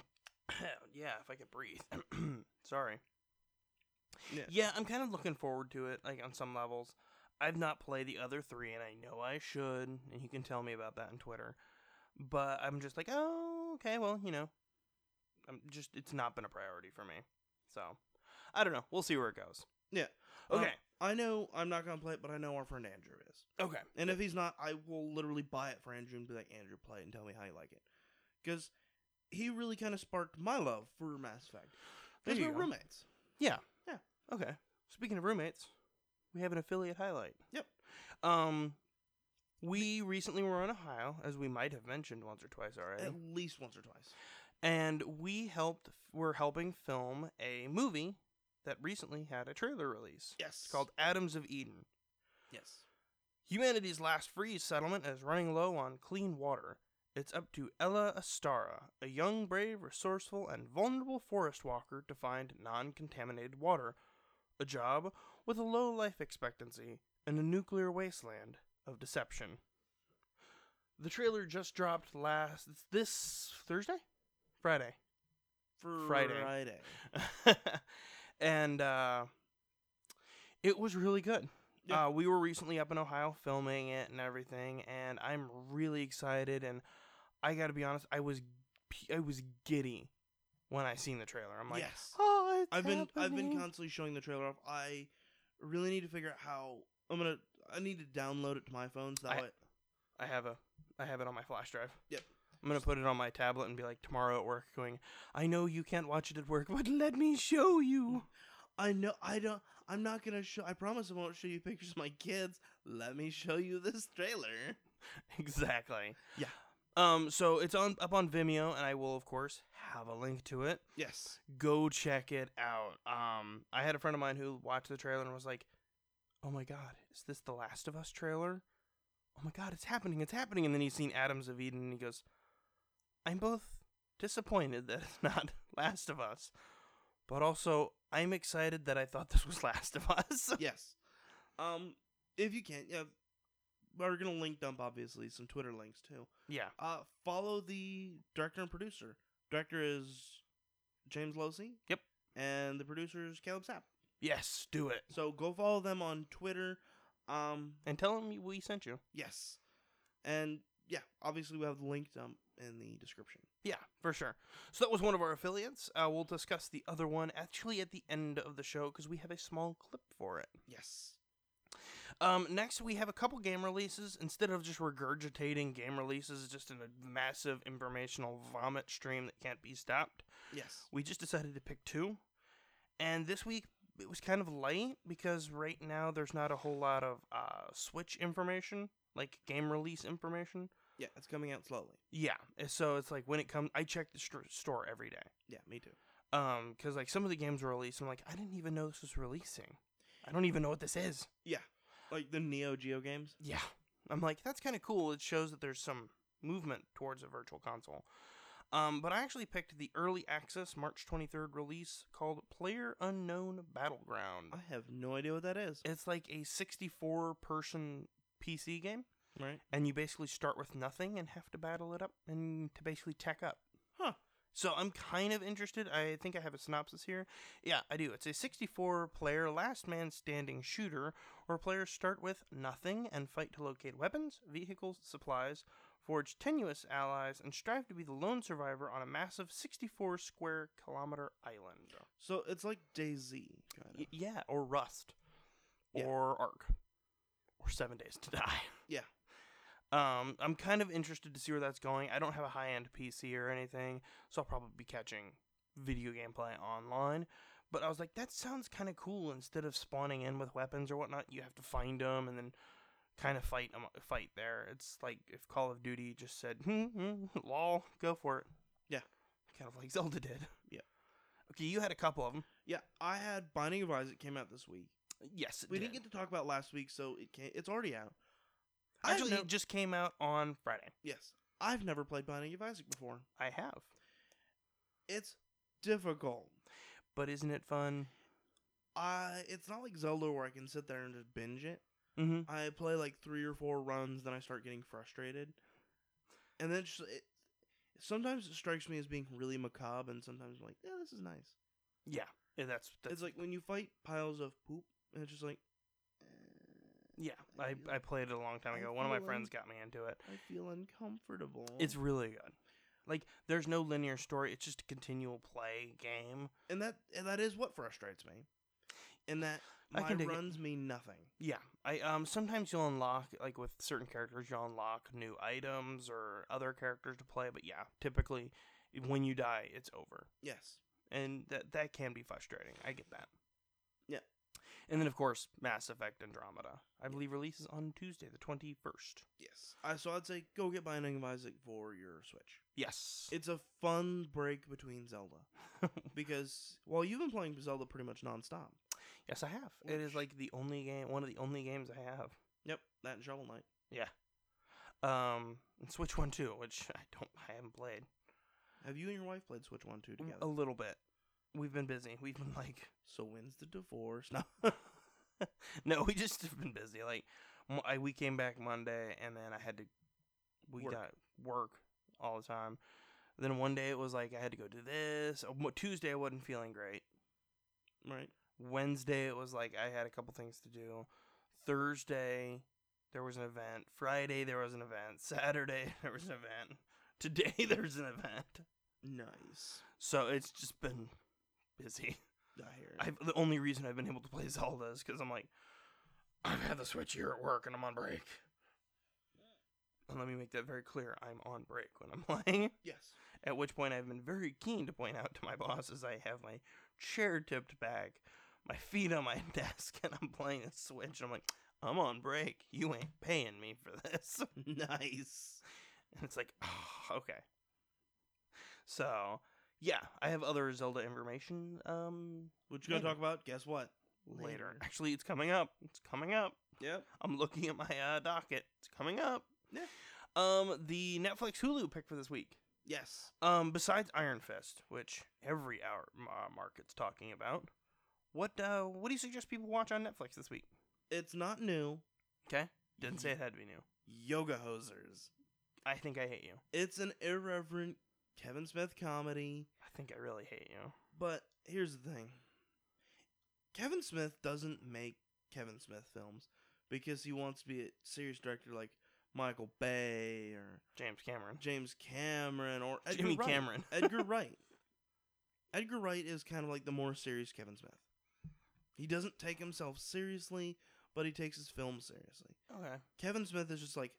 [SPEAKER 1] yeah, if I could breathe. Sorry.
[SPEAKER 2] Yeah.
[SPEAKER 1] Yeah, I'm kind of looking forward to it like on some levels. I've not played the other 3 and I know I should, and you can tell me about that on Twitter. But I'm just like, "Oh, okay, well, you know, I'm just it's not been a priority for me." So, I don't know. We'll see where it goes.
[SPEAKER 2] Yeah. Um,
[SPEAKER 1] Okay.
[SPEAKER 2] I know I'm not gonna play it, but I know our friend Andrew is,
[SPEAKER 1] okay.
[SPEAKER 2] and if he's not, I will literally buy it for Andrew and be like, Andrew, play it and tell me how you like it, because he really kind of sparked my love for Mass Effect.
[SPEAKER 1] There
[SPEAKER 2] Because
[SPEAKER 1] you
[SPEAKER 2] we're
[SPEAKER 1] go.
[SPEAKER 2] roommates.
[SPEAKER 1] Yeah.
[SPEAKER 2] Yeah.
[SPEAKER 1] Okay. Speaking of roommates, we have an affiliate highlight.
[SPEAKER 2] Yep.
[SPEAKER 1] Um, we recently were in Ohio, as we might have mentioned once or twice already,
[SPEAKER 2] At least once or twice.
[SPEAKER 1] and we helped. We're helping film a movie that recently had a trailer release.
[SPEAKER 2] Yes.
[SPEAKER 1] It's called Atoms of Eden.
[SPEAKER 2] yes.
[SPEAKER 1] Humanity's last freeze settlement is running low on clean water. It's up to Ella Astara, a young, brave, resourceful, and vulnerable forest walker, to find non contaminated water, a job with a low life expectancy, and a nuclear wasteland of deception. The trailer just dropped last. this Thursday? Friday. Friday.
[SPEAKER 2] Friday.
[SPEAKER 1] and uh, it was really good.
[SPEAKER 2] Yeah.
[SPEAKER 1] Uh, we were recently up in Ohio filming it and everything, and I'm really excited. And I got to be honest, I was p- I was giddy when I seen the trailer. I'm like,
[SPEAKER 2] yes.
[SPEAKER 1] oh, it's
[SPEAKER 2] I've been I've
[SPEAKER 1] happening."
[SPEAKER 2] been constantly showing the trailer off. I really need to figure out how I'm gonna. I need to download it to my phone so that
[SPEAKER 1] I-
[SPEAKER 2] way.
[SPEAKER 1] I have a I have it on my flash drive.
[SPEAKER 2] Yep.
[SPEAKER 1] I'm gonna put it on my tablet and be like tomorrow at work, going, I know you can't watch it at work, but let me show you.
[SPEAKER 2] I know I don't. I'm not gonna show. I promise I won't show you pictures of my kids. Let me show you this trailer.
[SPEAKER 1] exactly.
[SPEAKER 2] Yeah.
[SPEAKER 1] Um. So it's on up on Vimeo, and I will of course have a link to it.
[SPEAKER 2] Yes.
[SPEAKER 1] go check it out. Um, I had a friend of mine who watched the trailer and was like, "Oh my god, is this the Last of Us trailer? Oh my god, it's happening! It's happening!" And then he's seen Adams of Eden and he goes, "I'm both disappointed that it's not Last of Us, but also I'm excited that I thought this was Last of Us."
[SPEAKER 2] yes. Um, if you can, yeah. We're gonna link dump obviously some Twitter links too.
[SPEAKER 1] yeah,
[SPEAKER 2] Uh, follow the director and producer. Director is James Losey.
[SPEAKER 1] Yep.
[SPEAKER 2] And the producer is Caleb Sapp.
[SPEAKER 1] yes, do it,
[SPEAKER 2] So go follow them on Twitter. Um,
[SPEAKER 1] and tell him we sent you.
[SPEAKER 2] yes, and yeah, obviously we have the link um in the description.
[SPEAKER 1] Yeah, for sure. So that was one of our affiliates. Uh, we'll discuss the other one actually at the end of the show because we have a small clip for it.
[SPEAKER 2] Yes.
[SPEAKER 1] Um, next, we have a couple game releases. Instead of just regurgitating game releases just in a massive informational vomit stream that can't be stopped,
[SPEAKER 2] Yes.
[SPEAKER 1] we just decided to pick two. And this week, it was kind of light because right now there's not a whole lot of uh, Switch information, like game release information.
[SPEAKER 2] Yeah, it's coming out slowly.
[SPEAKER 1] Yeah, and so it's like when it comes, I check the str- store every day.
[SPEAKER 2] Yeah, me too.
[SPEAKER 1] Um, because like some of the games were released, I'm like, I didn't even know this was releasing. I don't even know what this is.
[SPEAKER 2] Like the Neo Geo games.
[SPEAKER 1] Yeah, I'm like, that's kind of cool. It shows that there's some movement towards a virtual console. Um, but I actually picked the early access March 23rd release called Player Unknown Battleground.
[SPEAKER 2] I have no idea what that is.
[SPEAKER 1] It's like a 64 person PC game,
[SPEAKER 2] Right.
[SPEAKER 1] and you basically start with nothing and have to battle it up and to basically tech up.
[SPEAKER 2] Huh.
[SPEAKER 1] So I'm kind of interested. I think I have a synopsis here. Yeah, I do. It's a 64 player last man standing shooter where players start with nothing and fight to locate weapons, vehicles, supplies, forge tenuous allies, and strive to be the lone survivor on a massive 64 square kilometer island.
[SPEAKER 2] So it's like DayZ. Kind
[SPEAKER 1] Y- yeah, or Rust,
[SPEAKER 2] Yeah.
[SPEAKER 1] or Ark, or Seven Days to Die.
[SPEAKER 2] Yeah.
[SPEAKER 1] Um, I'm kind of interested to see where that's going. I don't have a high end PC or anything, so I'll probably be catching video gameplay online. But I was like, that sounds kind of cool. Instead of spawning in with weapons or whatnot, you have to find them and then kind of fight 'em- fight there. It's like if Call of Duty just said, hmm, hmm, lol, go for it.
[SPEAKER 2] Yeah.
[SPEAKER 1] Kind of like Zelda did.
[SPEAKER 2] Yeah.
[SPEAKER 1] Okay, you had a couple of them.
[SPEAKER 2] Yeah, I had Binding of Isaac came out this week.
[SPEAKER 1] Yes, it
[SPEAKER 2] We
[SPEAKER 1] did.
[SPEAKER 2] didn't get to talk about last week, so it can It's already out. I
[SPEAKER 1] Actually,
[SPEAKER 2] Actually,
[SPEAKER 1] it just came out on Friday.
[SPEAKER 2] yes, I've never played Binding of Isaac before.
[SPEAKER 1] I have,
[SPEAKER 2] It's difficult.
[SPEAKER 1] but isn't it fun?
[SPEAKER 2] Uh, it's not like Zelda where I can sit there and just binge it.
[SPEAKER 1] Mm-hmm.
[SPEAKER 2] I play like three or four runs, then I start getting frustrated, and then it's just, it, sometimes it strikes me as being really macabre, and sometimes I'm like, yeah, this is nice.
[SPEAKER 1] Yeah, yeah, that's, that's
[SPEAKER 2] It's like when you fight piles of poop, and it's just like, eh,
[SPEAKER 1] yeah. I, I played it a long time
[SPEAKER 2] I
[SPEAKER 1] ago. One of my
[SPEAKER 2] feel
[SPEAKER 1] friends got me into it.
[SPEAKER 2] I feel uncomfortable.
[SPEAKER 1] It's really good. Like, there's no linear story. It's just a continual play game.
[SPEAKER 2] and that and that is what frustrates me, and that
[SPEAKER 1] I
[SPEAKER 2] my
[SPEAKER 1] can dig it.
[SPEAKER 2] runs mean nothing.
[SPEAKER 1] Yeah, I um sometimes you'll unlock like with certain characters you'll unlock new items or other characters to play. But yeah, typically when you die, it's over.
[SPEAKER 2] Yes,
[SPEAKER 1] and that that can be frustrating. I get that.
[SPEAKER 2] Yeah.
[SPEAKER 1] And then of course Mass Effect Andromeda. I believe releases on Tuesday the 21st.
[SPEAKER 2] yes. I, so I'd say go get Binding of Isaac for your Switch.
[SPEAKER 1] Yes.
[SPEAKER 2] It's a fun break between Zelda because well, you've been playing Zelda pretty much nonstop.
[SPEAKER 1] yes, I have. It is
[SPEAKER 2] Which-
[SPEAKER 1] like the only game one of the only games I have.
[SPEAKER 2] Yep, that and Shovel Knight.
[SPEAKER 1] Um and Switch 1 too, which I don't I haven't played
[SPEAKER 2] Have you and your wife played Switch One Two together?
[SPEAKER 1] Mm, a little bit. We've been busy. We've been like
[SPEAKER 2] So when's the divorce? No.
[SPEAKER 1] No, we just have been busy. Like mo- I, we came back Monday and then I had to we
[SPEAKER 2] Work.
[SPEAKER 1] got work all the time. Then one day it was like I had to go do this. Uh, Mo- Tuesday I wasn't feeling great.
[SPEAKER 2] Right.
[SPEAKER 1] Wednesday it was like I had a couple things to do. Thursday there was an event. Friday there was an event. Saturday there was an event. Today there's an event.
[SPEAKER 2] Nice.
[SPEAKER 1] So it's just been busy.
[SPEAKER 2] I hear.
[SPEAKER 1] I've, the only reason I've been able to play Zelda is because I'm like, I've had the Switch here at work and I'm on break. And let me make that very clear I'm on break when I'm playing.
[SPEAKER 2] yes.
[SPEAKER 1] At which point I've been very keen to point out to my bosses I have my chair tipped back, my feet on my desk, and I'm playing a Switch. I'm like, I'm on break. You ain't paying me for this.
[SPEAKER 2] nice.
[SPEAKER 1] And it's like, oh, okay. So, yeah, I have other Zelda information um,
[SPEAKER 2] What you gonna
[SPEAKER 1] Later.
[SPEAKER 2] talk about? Guess what?
[SPEAKER 1] later. Actually, it's coming up. It's coming up.
[SPEAKER 2] Yep.
[SPEAKER 1] I'm looking at my uh, docket. It's coming up.
[SPEAKER 2] Yeah.
[SPEAKER 1] Um, the Netflix Hulu pick for this week.
[SPEAKER 2] Yes.
[SPEAKER 1] Um, besides Iron Fist, which every hour uh, market's talking about, what uh, what do you suggest people watch on Netflix this week?
[SPEAKER 2] It's not new.
[SPEAKER 1] Okay, didn't say it had to be new.
[SPEAKER 2] Yoga hosers.
[SPEAKER 1] I think I hate you.
[SPEAKER 2] It's an irreverent Kevin Smith comedy,
[SPEAKER 1] I think I really hate you.
[SPEAKER 2] but here's the thing. Kevin Smith doesn't make Kevin Smith films because he wants to be a serious director like Michael Bay or
[SPEAKER 1] James Cameron,
[SPEAKER 2] James Cameron or Edgar
[SPEAKER 1] Jimmy
[SPEAKER 2] Wright.
[SPEAKER 1] Cameron.
[SPEAKER 2] Edgar Wright. Edgar Wright is kind of like the more serious Kevin Smith. He doesn't take himself seriously, but he takes his film seriously.
[SPEAKER 1] Okay.
[SPEAKER 2] Kevin Smith is just like,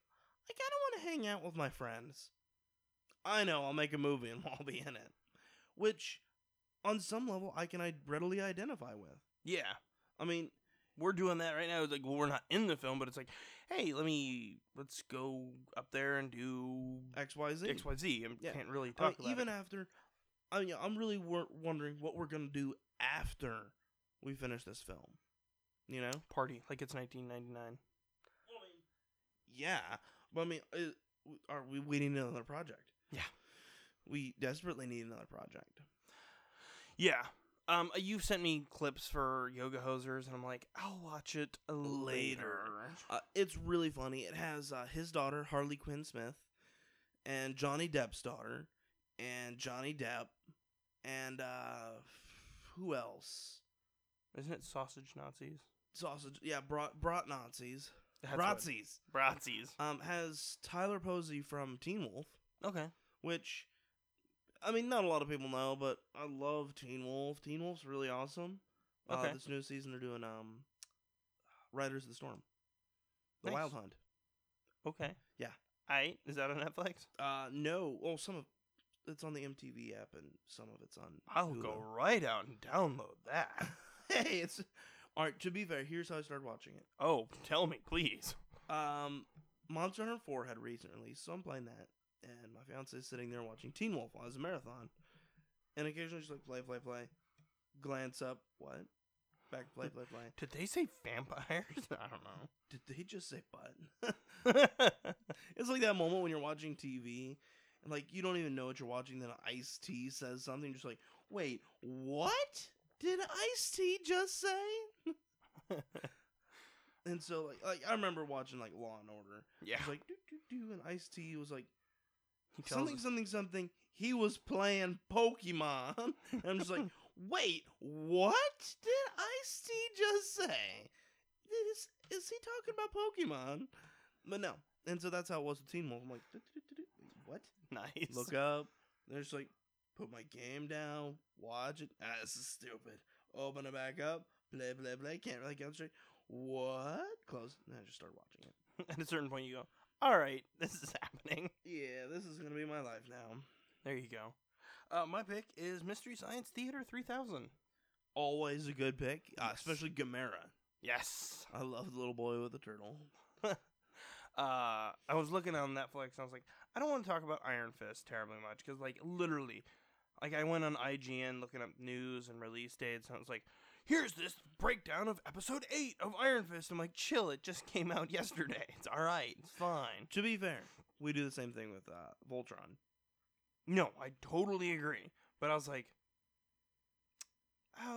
[SPEAKER 2] I kind of want to hang out with my friends. I know, I'll make a movie and I'll be in it. Which, on some level, I can i- readily identify with.
[SPEAKER 1] Yeah,
[SPEAKER 2] I mean,
[SPEAKER 1] we're doing that right now. It's like, well, we're not in the film, but it's like, hey, let me let's go up there and do
[SPEAKER 2] X Y Z.
[SPEAKER 1] X Y Z. I
[SPEAKER 2] Yeah.
[SPEAKER 1] can't really
[SPEAKER 2] I mean,
[SPEAKER 1] talk about
[SPEAKER 2] even
[SPEAKER 1] it.
[SPEAKER 2] after, I mean, I'm really wor- wondering what we're gonna do after we finish this film. You know?
[SPEAKER 1] party like it's 1999.
[SPEAKER 2] Yeah, but I mean, i- are we? We need another project.
[SPEAKER 1] Yeah.
[SPEAKER 2] we desperately need another project.
[SPEAKER 1] Yeah. Um, you've sent me clips for Yoga Hosers, and I'm like, I'll watch it later.
[SPEAKER 2] Uh, it's really funny. It has uh, his daughter Harley Quinn Smith, and Johnny Depp's daughter, and Johnny Depp, and uh, who else?
[SPEAKER 1] Isn't it Sausage Nazis?
[SPEAKER 2] Sausage. Yeah, brought brought Nazis.
[SPEAKER 1] That's what-
[SPEAKER 2] Bratzies.
[SPEAKER 1] Bratzies.
[SPEAKER 2] Um, has Tyler Posey from Teen Wolf,
[SPEAKER 1] Okay.
[SPEAKER 2] which. I mean, not a lot of people know, but I love Teen Wolf. Teen Wolf's really awesome.
[SPEAKER 1] Okay.
[SPEAKER 2] Uh, this new season, they're doing um, Riders of the Storm, The
[SPEAKER 1] Nice.
[SPEAKER 2] Wild Hunt.
[SPEAKER 1] Okay.
[SPEAKER 2] Yeah.
[SPEAKER 1] I is that on Netflix?
[SPEAKER 2] Uh, no. Oh, some of it's on the MTV app, and some of it's on.
[SPEAKER 1] I'll
[SPEAKER 2] Hulu.
[SPEAKER 1] go right out and download that.
[SPEAKER 2] hey, it's all right. To be fair, here's how I started watching it.
[SPEAKER 1] Oh, tell me, please.
[SPEAKER 2] Um, Monster Hunter Four had recent release, so I'm playing that, and my fiance's sitting there watching Teen Wolf while it's a marathon, and occasionally she's like, play, play, play, glance up, what? Back, play, play, play.
[SPEAKER 1] Did they say vampires? I don't know.
[SPEAKER 2] Did they just say butt? it's like that moment when you're watching TV and like you don't even know what you're watching. Then Ice T says something, you're just like, wait, what did Ice T just say? and so like, like I remember watching like Law and Order.
[SPEAKER 1] yeah.
[SPEAKER 2] It was like doo doo doo, and Ice T was like
[SPEAKER 1] He tells
[SPEAKER 2] something
[SPEAKER 1] us-
[SPEAKER 2] something something. He was playing Pokemon, and I'm just like, wait, what did Ice T just say? Is is he talking about Pokemon? But no, and so that's how it was with Teen Wolf. I'm like, "Doo, doo, doo, doo, doo, what?
[SPEAKER 1] nice.
[SPEAKER 2] Look up. They're just like, put my game down, watch it. Ah, this is stupid. Open it back up. Blah blah blah. Can't really concentrate. What? Close. And I just started watching it.
[SPEAKER 1] At a certain point, you go, all right, this is happening.
[SPEAKER 2] Yeah, this is gonna be my life now.
[SPEAKER 1] There you go. Uh, my pick is Mystery Science Theater 3000.
[SPEAKER 2] Always a good pick, uh,
[SPEAKER 1] Yes.
[SPEAKER 2] especially Gamera.
[SPEAKER 1] Yes.
[SPEAKER 2] I love the little boy with the turtle.
[SPEAKER 1] Uh, I was looking on Netflix and I was like, I don't want to talk about Iron Fist terribly much because, like, literally, like, I went on IGN looking up news and release dates and I was like, here's this breakdown of episode 8 of Iron Fist. I'm like, chill, it just came out yesterday. It's all right, it's fine.
[SPEAKER 2] To be fair, we do the same thing with uh, Voltron.
[SPEAKER 1] No, I totally agree. But I was like,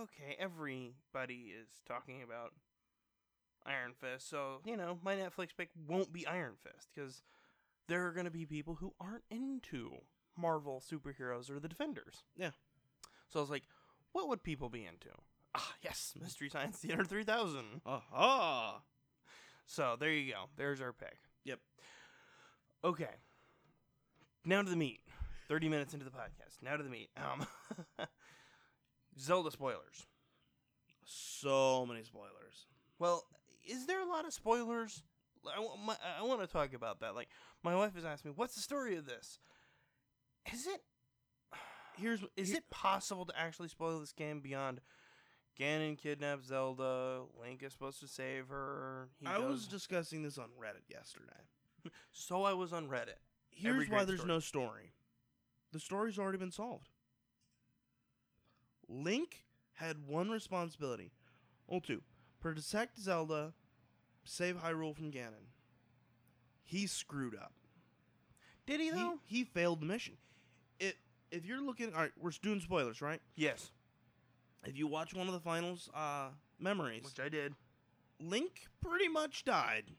[SPEAKER 1] okay, everybody is talking about Iron Fist, so you know my Netflix pick won't be Iron Fist because there are going to be people who aren't into Marvel superheroes or the Defenders.
[SPEAKER 2] Yeah.
[SPEAKER 1] So I was like, what would people be into? Ah, yes, Mystery Science Theater three thousand.
[SPEAKER 2] Aha!
[SPEAKER 1] So there you go. There's our pick.
[SPEAKER 2] Yep.
[SPEAKER 1] Okay. Now to the meat. 30 minutes into the podcast. Now to the meat. Um, Zelda spoilers.
[SPEAKER 2] So many spoilers.
[SPEAKER 1] Well, is there a lot of spoilers? I, wa- my- I want to talk about that. Like, my wife has asked me, what's the story of this? Is it.
[SPEAKER 2] Here's
[SPEAKER 1] Is it possible to actually spoil this game beyond Ganon kidnaps Zelda, Link is supposed to save her? He
[SPEAKER 2] I
[SPEAKER 1] goes-
[SPEAKER 2] was discussing this on Reddit yesterday.
[SPEAKER 1] so I was on Reddit.
[SPEAKER 2] Here's
[SPEAKER 1] Every
[SPEAKER 2] why
[SPEAKER 1] great
[SPEAKER 2] there's
[SPEAKER 1] story.
[SPEAKER 2] no story. The story's already been solved. Link had one responsibility. Well, two. Protect Zelda, save Hyrule from Ganon. He screwed up.
[SPEAKER 1] Did he,
[SPEAKER 2] He,
[SPEAKER 1] though?
[SPEAKER 2] he failed the mission. It, if you're looking, all right, we're doing spoilers, right?
[SPEAKER 1] yes.
[SPEAKER 2] If you watch one of the finals uh, memories,
[SPEAKER 1] Which I did.
[SPEAKER 2] Link pretty much died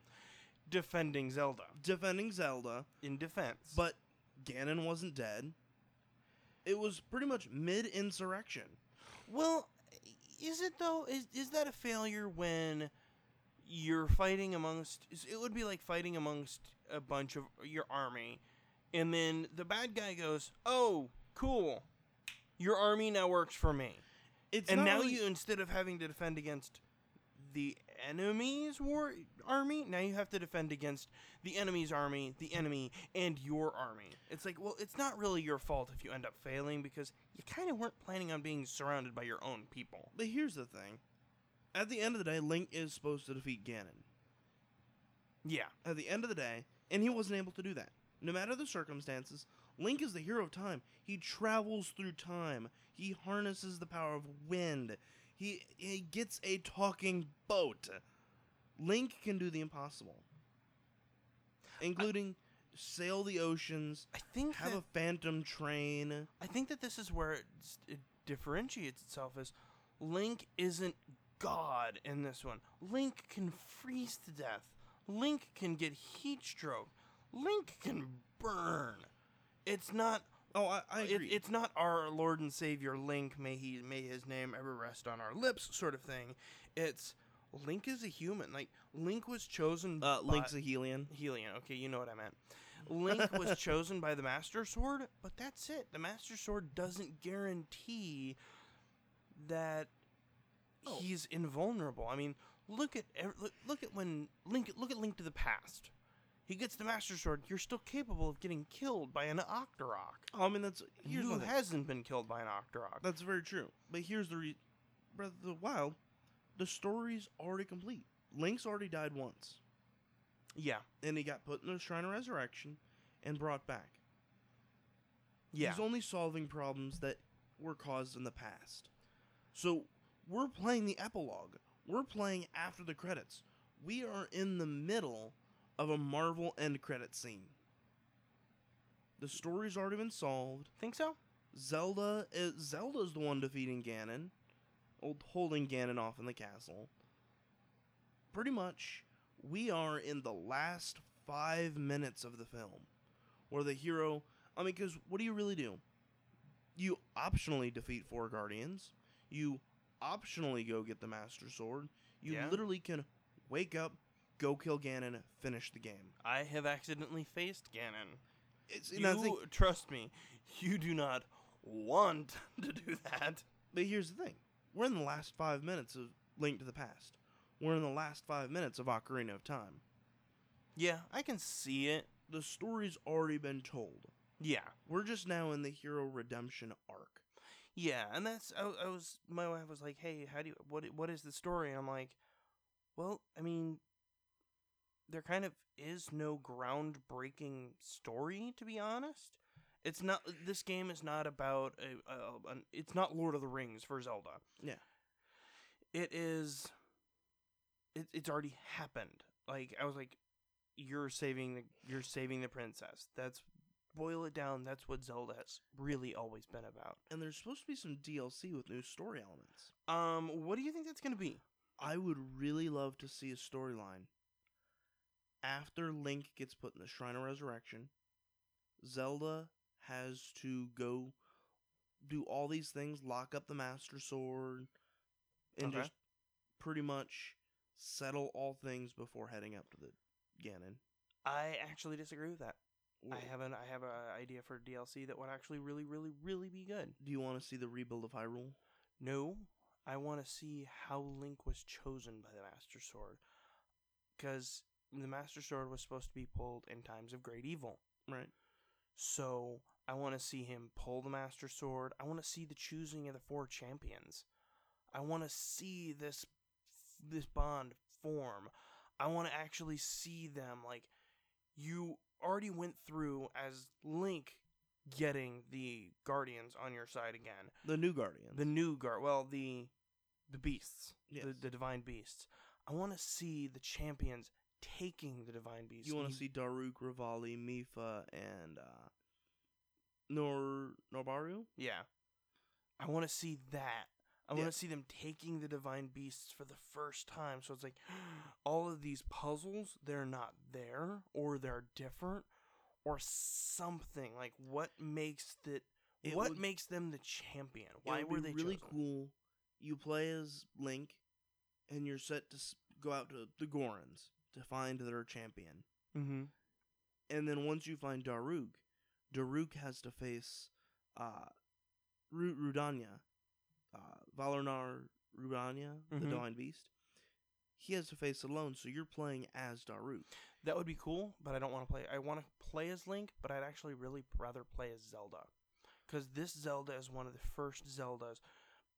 [SPEAKER 1] Defending Zelda.
[SPEAKER 2] defending Zelda.
[SPEAKER 1] In defense.
[SPEAKER 2] But Ganon wasn't dead. It was pretty much mid insurrection.
[SPEAKER 1] Well, is it though? Is is that a failure when you're fighting amongst? is- It would be like fighting amongst a bunch of your army, and then the bad guy goes, "Oh, cool, your army now works for me."
[SPEAKER 2] It's
[SPEAKER 1] and
[SPEAKER 2] not
[SPEAKER 1] now
[SPEAKER 2] really-
[SPEAKER 1] you, instead of having to defend against the enemy's war army, now you have to defend against the enemy's army, the enemy, and your army. It's like, well, it's not really your fault if you end up failing because you kind of weren't planning on being surrounded by your own people.
[SPEAKER 2] But here's the thing at the end of the day, Link is supposed to defeat Ganon.
[SPEAKER 1] Yeah.
[SPEAKER 2] At the end of the day, and he wasn't able to do that. No matter the circumstances, Link is the hero of time. He travels through time. He harnesses the power of wind. He he gets a talking boat. Link can do the impossible. Including sail the oceans,
[SPEAKER 1] I think
[SPEAKER 2] have
[SPEAKER 1] that,
[SPEAKER 2] a phantom train.
[SPEAKER 1] I think that this is where it's, it differentiates itself is Link isn't God in this one. Link can freeze to death. Link can get heat stroke. Link can burn. It's not
[SPEAKER 2] Oh, I, I
[SPEAKER 1] it-
[SPEAKER 2] agree.
[SPEAKER 1] it's not our Lord and Savior Link. May he may his name ever rest on our lips, sort of thing. It's Link is a human. Like Link was chosen.
[SPEAKER 2] uh,
[SPEAKER 1] by-
[SPEAKER 2] Link's a Helian.
[SPEAKER 1] Helion. Okay, you know what I meant. Link was chosen by the Master Sword, but that's it. The Master Sword doesn't guarantee that
[SPEAKER 2] Oh.
[SPEAKER 1] he's invulnerable. I mean, look at ev- look, look at when Link look at Link to the Past. He gets the Master Sword. You're still capable of getting killed by an Octorok.
[SPEAKER 2] Oh, I mean that's here's
[SPEAKER 1] Who
[SPEAKER 2] the thing.
[SPEAKER 1] hasn't been killed by an Octorok?
[SPEAKER 2] That's very true. But here's the re- Breath of the Wild. The story's already complete. Link's already died once,
[SPEAKER 1] yeah,
[SPEAKER 2] and he got put in the Shrine of Resurrection, and brought back.
[SPEAKER 1] yeah.
[SPEAKER 2] He's only solving problems that were caused in the past. So we're playing the epilogue. We're playing after the credits. We are in the middle of a Marvel end credit scene. The story's already been solved.
[SPEAKER 1] Think so?
[SPEAKER 2] Zelda is Zelda's the one defeating Ganon, old holding Ganon off in the castle. Pretty much, we are in the last five minutes of the film, where the hero. I mean, because what do you really do? You optionally defeat four guardians. You optionally go get the Master Sword. You
[SPEAKER 1] Yeah.
[SPEAKER 2] literally can wake up, go kill Ganon, finish the game.
[SPEAKER 1] I have accidentally faced Ganon.
[SPEAKER 2] It's and
[SPEAKER 1] You
[SPEAKER 2] I think-
[SPEAKER 1] trust me, you do not want to do that.
[SPEAKER 2] But here's the thing: we're in the last five minutes of Link to the Past. We're in the last five minutes of Ocarina of Time.
[SPEAKER 1] Yeah, I can see it.
[SPEAKER 2] The story's already been told.
[SPEAKER 1] Yeah,
[SPEAKER 2] We're just now in the hero redemption arc.
[SPEAKER 1] yeah, and that's I, I was my wife was like, "Hey, how do you what i- what is the story?" And I'm like, "Well, I mean, there kind of is no groundbreaking story to be honest. It's not this game is not about a, a an, it's not Lord of the Rings for Zelda.
[SPEAKER 2] Yeah.
[SPEAKER 1] it is. It, it's already happened. Like I was like, you're saving the you're saving the princess. That's boil it down. That's what Zelda has really always been about.
[SPEAKER 2] And there's supposed to be some DLC with new story elements.
[SPEAKER 1] Um, what do you think that's gonna be?
[SPEAKER 2] I would really love to see a storyline after Link gets put in the Shrine of Resurrection. Zelda has to go do all these things, lock up the Master Sword, and
[SPEAKER 1] Okay.
[SPEAKER 2] just pretty much settle all things before heading up to the Ganon.
[SPEAKER 1] I actually disagree with that. I
[SPEAKER 2] Or
[SPEAKER 1] have an I have an idea for DLC that would actually really, really, really be good.
[SPEAKER 2] Do you want to see the rebuild of Hyrule?
[SPEAKER 1] No, I want to see how Link was chosen by the Master Sword, because the Master Sword was supposed to be pulled in times of great evil.
[SPEAKER 2] Right.
[SPEAKER 1] So I want to see him pull the Master Sword. I want to see the choosing of the four champions. I want to see this this bond form. I want to actually see them like you already went through as Link getting the Guardians on your side again.
[SPEAKER 2] The new Guardian.
[SPEAKER 1] The new guard, well, the the beasts, the,
[SPEAKER 2] Yes.
[SPEAKER 1] the divine beasts. I want to see the champions taking the divine beasts.
[SPEAKER 2] you want
[SPEAKER 1] and
[SPEAKER 2] to see Daruk, Rivali, Mifa, and uh, Nor Norbaru?
[SPEAKER 1] Yeah. I want to see that. I want
[SPEAKER 2] Yeah.
[SPEAKER 1] to see them taking the divine beasts for the first time. So it's like all of these puzzles, they're not there or they're different or something. Like what makes that
[SPEAKER 2] It
[SPEAKER 1] what
[SPEAKER 2] would-
[SPEAKER 1] makes them the champion?
[SPEAKER 2] It
[SPEAKER 1] Why
[SPEAKER 2] would
[SPEAKER 1] were
[SPEAKER 2] be
[SPEAKER 1] they
[SPEAKER 2] really
[SPEAKER 1] chosen?
[SPEAKER 2] cool? You play as Link, and you're set to s- go out to the Gorons to find their champion.
[SPEAKER 1] Mhm.
[SPEAKER 2] And then once you find Daruk, Daruk has to face uh, Ru- Rudanya, uh, Valarnar Rudanya, the
[SPEAKER 1] Mhm.
[SPEAKER 2] Divine Beast. He has to face alone, so you're playing as Daruk.
[SPEAKER 1] That would be cool, but I don't want to play. I want to play as Link, but I'd actually really rather play as Zelda. Because this Zelda is one of the first Zeldas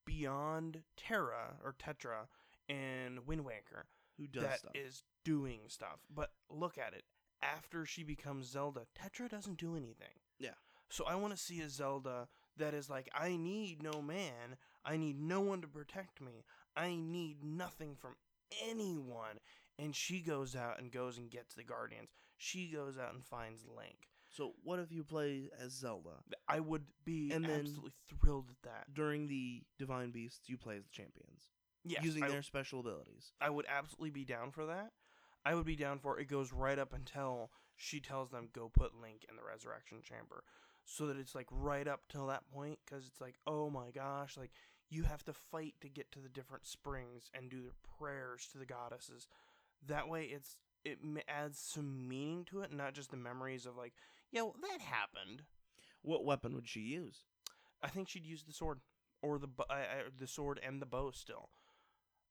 [SPEAKER 1] beyond Terra or Tetra in Wind Waker
[SPEAKER 2] Who
[SPEAKER 1] that
[SPEAKER 2] does
[SPEAKER 1] is
[SPEAKER 2] stuff?
[SPEAKER 1] doing stuff. But look at it. After she becomes Zelda, Tetra doesn't do anything.
[SPEAKER 2] Yeah.
[SPEAKER 1] So I want to see a Zelda that is like, I need no man. I need no one to protect me. I need nothing from anyone. And she goes out and goes and gets the Guardians. She goes out and finds Link.
[SPEAKER 2] so what if you play as Zelda?
[SPEAKER 1] Th- I would be
[SPEAKER 2] And then-
[SPEAKER 1] absolutely thrilled at that.
[SPEAKER 2] During the Divine Beasts, you play as the champions.
[SPEAKER 1] Yes,
[SPEAKER 2] using
[SPEAKER 1] I,
[SPEAKER 2] their special abilities.
[SPEAKER 1] I would absolutely be down for that. I would be down for it. It goes right up until she tells them go put Link in the resurrection chamber, so that it's like right up till that point because it's like oh my gosh, like you have to fight to get to the different springs and do the prayers to the goddesses. That way, it's it m- adds some meaning to it, not just the memories of like yeah, well, that happened.
[SPEAKER 2] What weapon would she use?
[SPEAKER 1] I think she'd use the sword or the bo- I, I, the sword and the bow still.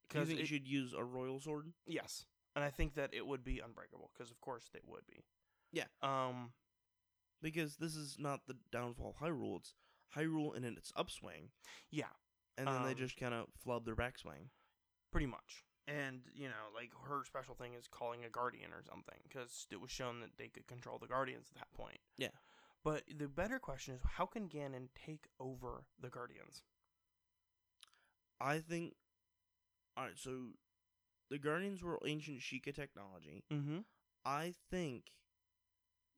[SPEAKER 2] Do you
[SPEAKER 1] 'Cause
[SPEAKER 2] think
[SPEAKER 1] it-
[SPEAKER 2] she'd use a royal sword?
[SPEAKER 1] Yes, and I think that it would be unbreakable because, of course, it would be.
[SPEAKER 2] Yeah.
[SPEAKER 1] Um.
[SPEAKER 2] Because this is not the downfall of Hyrule. It's Hyrule in its upswing,
[SPEAKER 1] Yeah.
[SPEAKER 2] and then they
[SPEAKER 1] Um,
[SPEAKER 2] just kind of flub their backswing.
[SPEAKER 1] Pretty much. And you know, like her special thing is calling a guardian or something because it was shown that they could control the guardians at that point.
[SPEAKER 2] Yeah.
[SPEAKER 1] But the better question is, how can Ganon take over the guardians?
[SPEAKER 2] I think. All right, so the Guardians were ancient Sheikah technology.
[SPEAKER 1] Mm-hmm.
[SPEAKER 2] I think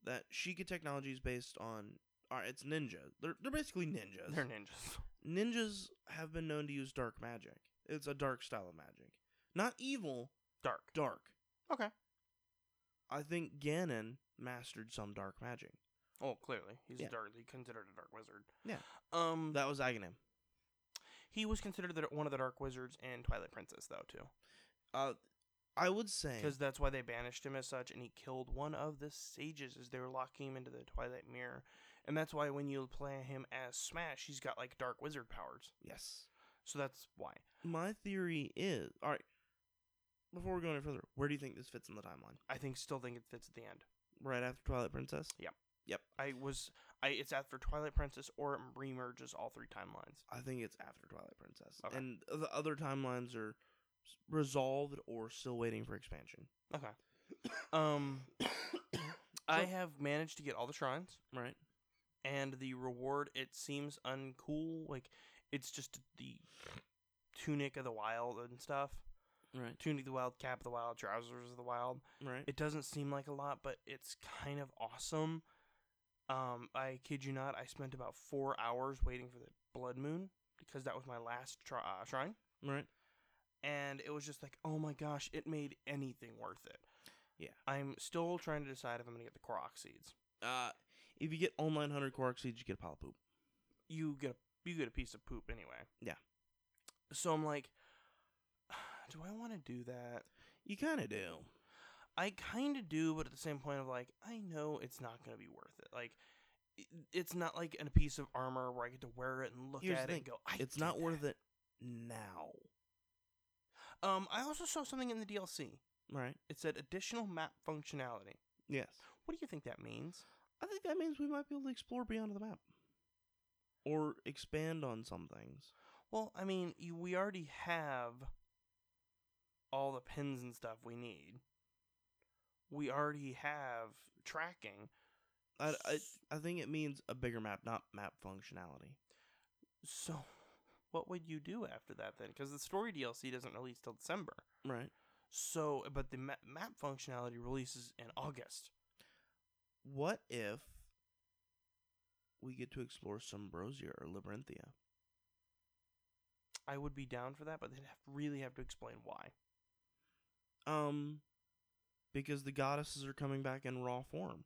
[SPEAKER 2] that Sheikah technology is based on. All right, it's ninja. They're they're basically ninjas.
[SPEAKER 1] They're ninjas.
[SPEAKER 2] ninjas have been known to use dark magic. It's a dark style of magic, not evil,
[SPEAKER 1] Dark.
[SPEAKER 2] dark.
[SPEAKER 1] Okay.
[SPEAKER 2] I think Ganon mastered some dark magic.
[SPEAKER 1] Oh, clearly he's
[SPEAKER 2] Yeah.
[SPEAKER 1] a dark. He considered a dark wizard.
[SPEAKER 2] Yeah.
[SPEAKER 1] Um.
[SPEAKER 2] That was Aghanim.
[SPEAKER 1] he was considered the, one of the dark wizards in Twilight Princess, though, too.
[SPEAKER 2] Uh, I would say
[SPEAKER 1] because that's why they banished him as such and he killed one of the sages as they were locking him into the twilight mirror and that's why when you play him as smash he's got like dark wizard powers
[SPEAKER 2] yes.
[SPEAKER 1] so that's why
[SPEAKER 2] My theory is all right. Before we go any further, where do you think this fits in the timeline?
[SPEAKER 1] i think still think it fits at the end
[SPEAKER 2] Right after Twilight Princess.
[SPEAKER 1] i was i it's after twilight princess or it remerges all three timelines
[SPEAKER 2] I think it's after Twilight Princess,
[SPEAKER 1] Okay.
[SPEAKER 2] and the other timelines are s- resolved or still waiting for expansion.
[SPEAKER 1] okay um i
[SPEAKER 2] So-
[SPEAKER 1] have managed to get all the shrines
[SPEAKER 2] Right.
[SPEAKER 1] and the reward it seems uncool like it's just the tunic of the wild and stuff
[SPEAKER 2] Right.
[SPEAKER 1] tunic of the wild cap of the wild trousers of the wild
[SPEAKER 2] Right.
[SPEAKER 1] It doesn't seem like a lot, but it's kind of awesome. Um, I kid you not, I spent about four hours waiting for the blood moon because that was my last tri- uh, shrine,
[SPEAKER 2] right.
[SPEAKER 1] and it was just like, oh my gosh, it made anything worth it.
[SPEAKER 2] Yeah.
[SPEAKER 1] I'm still trying to decide if I'm gonna get the Korok seeds.
[SPEAKER 2] Uh, if you get all 900 Quark seeds, you get a pile of poop.
[SPEAKER 1] You get a, you get a piece of poop anyway.
[SPEAKER 2] Yeah.
[SPEAKER 1] So I'm like, do I want to do that?
[SPEAKER 2] You kind of do.
[SPEAKER 1] I kind of do, but at the same point of like, I know it's not going to be worth it. Like, i- it's not like a piece of armor where I get to wear it and look
[SPEAKER 2] Here's
[SPEAKER 1] at
[SPEAKER 2] the
[SPEAKER 1] it and
[SPEAKER 2] thing.
[SPEAKER 1] go, I
[SPEAKER 2] It's
[SPEAKER 1] did
[SPEAKER 2] not
[SPEAKER 1] that."
[SPEAKER 2] worth it now.
[SPEAKER 1] Um, I also saw something in the DLC.
[SPEAKER 2] Right.
[SPEAKER 1] It said additional map functionality.
[SPEAKER 2] Yes.
[SPEAKER 1] What do you think that means?
[SPEAKER 2] I think that means we might be able to explore beyond the map, or expand on some things.
[SPEAKER 1] Well, I mean, you, we already have all the pins and stuff we need. We already have tracking.
[SPEAKER 2] I, I I think it means a bigger map, not map functionality.
[SPEAKER 1] So, what would you do after that then? Because the story DLC doesn't release till December.
[SPEAKER 2] Right.
[SPEAKER 1] So, but the ma- map functionality releases in August.
[SPEAKER 2] What if we get to explore Sombrosia or Labyrinthia?
[SPEAKER 1] I would be down for that, but they'd have really have to explain why.
[SPEAKER 2] Um, because the goddesses are coming back in raw form.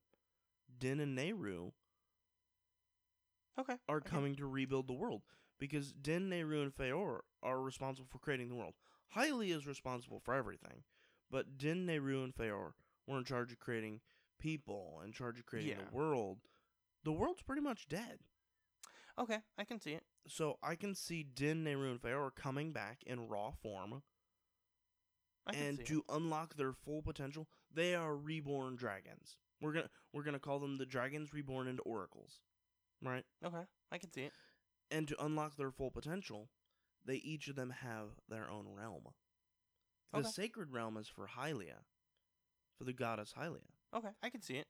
[SPEAKER 2] Din and Nehru
[SPEAKER 1] Okay.
[SPEAKER 2] are
[SPEAKER 1] Okay.
[SPEAKER 2] coming to rebuild the world because Din, Nehru, and Feor are responsible for creating the world. Hylia is responsible for everything, but Din, Nehru, and Feor were in charge of creating people, in charge of creating
[SPEAKER 1] Yeah.
[SPEAKER 2] the world. The world's pretty much dead.
[SPEAKER 1] Okay, I can see it.
[SPEAKER 2] So I can see Din, Nehru, and Feor coming back in raw form,
[SPEAKER 1] I can
[SPEAKER 2] and
[SPEAKER 1] see
[SPEAKER 2] to unlock their full potential, they are reborn dragons. We're gonna we're gonna call them the dragons reborn into oracles, right?
[SPEAKER 1] it. Okay, I can see it.
[SPEAKER 2] And to unlock their full potential, they each of them have their own realm.
[SPEAKER 1] Okay.
[SPEAKER 2] The sacred realm is for Hylia, for the goddess Hylia.
[SPEAKER 1] Okay, I can see it.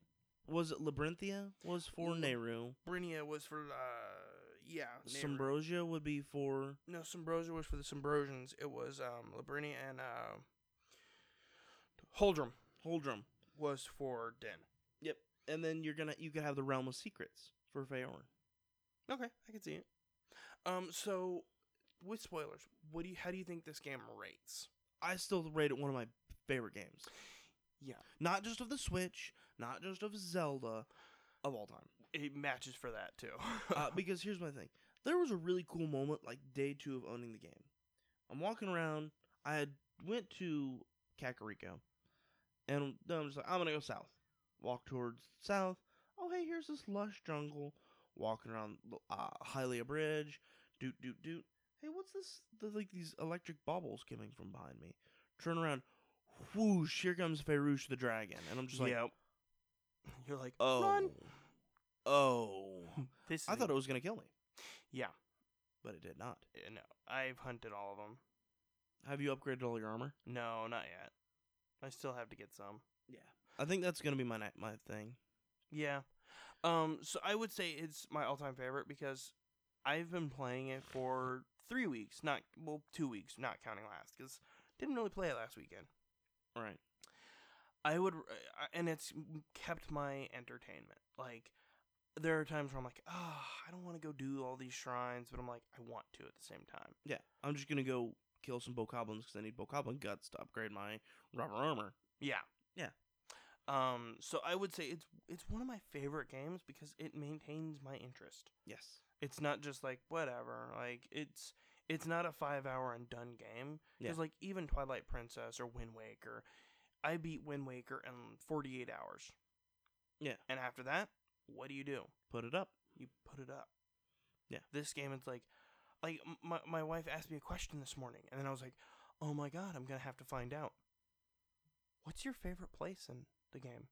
[SPEAKER 2] Was it Labyrinthia? Was for
[SPEAKER 1] Mm.
[SPEAKER 2] Nehru.
[SPEAKER 1] Brinia was for uh yeah. Nehru.
[SPEAKER 2] Sombrosia would be for
[SPEAKER 1] no, Sombrosia was for the Sombrosians. It was um Labrinia and uh Holdrum
[SPEAKER 2] Holdrum.
[SPEAKER 1] was for Den.
[SPEAKER 2] Yep. And then you're gonna you could have the realm of secrets for Feorn.
[SPEAKER 1] Okay, I can see it. Um so with spoilers, what do you how do you think this game rates?
[SPEAKER 2] I still rate it one of my favorite games.
[SPEAKER 1] Yeah.
[SPEAKER 2] Not just of the Switch, not just of Zelda, of all time.
[SPEAKER 1] It matches for that too.
[SPEAKER 2] uh, because here's my thing. There was a really cool moment, like day two of owning the game. I'm walking around. I had went to Kakariko, and then I'm just like, I'm gonna go south. Walk towards south. Oh hey, here's this lush jungle. Walking around uh, Hylia Bridge. Doot doot doot. Hey, what's this? The, like these electric bubbles coming from behind me. Turn around. Whoosh! Here comes Ferush the dragon, and I'm just like,
[SPEAKER 1] Yep. You're like,
[SPEAKER 2] oh,
[SPEAKER 1] run.
[SPEAKER 2] oh.
[SPEAKER 1] This is
[SPEAKER 2] I thought it was gonna kill me,
[SPEAKER 1] Yeah,
[SPEAKER 2] but it did not.
[SPEAKER 1] eh, no. I've hunted all of them.
[SPEAKER 2] Have you upgraded all your armor?
[SPEAKER 1] No, not yet. I still have to get some.
[SPEAKER 2] I think that's gonna be my ni- my thing.
[SPEAKER 1] Yeah. Um so I would say it's my all-time favorite because I've been playing it for 3 weeks, not well 2 weeks, not counting last cuz didn't really play it last weekend.
[SPEAKER 2] Right.
[SPEAKER 1] I would I- and it's kept my entertainment. Like there are times where I'm like, "Ah, I don't want to go do all these shrines," but I'm like, I want to at the same time.
[SPEAKER 2] Yeah. I'm just gonna go kill some bokoblins because I need bokoblin guts to upgrade my rubber armor.
[SPEAKER 1] Yeah.
[SPEAKER 2] Yeah.
[SPEAKER 1] Um so I would say it's it's one of my favorite games because it maintains my interest.
[SPEAKER 2] Yes.
[SPEAKER 1] it's not just like whatever like it's it's not a five hour and done game
[SPEAKER 2] Yeah.
[SPEAKER 1] because like even twilight princess or wind waker i beat wind waker in 48 hours
[SPEAKER 2] Yeah.
[SPEAKER 1] and after that what do you do
[SPEAKER 2] Put it up.
[SPEAKER 1] you put it up
[SPEAKER 2] Yeah.
[SPEAKER 1] this game it's like like m- my, my wife asked me a question this morning and then i was like oh my god i'm gonna have to find out what's your favorite place in the game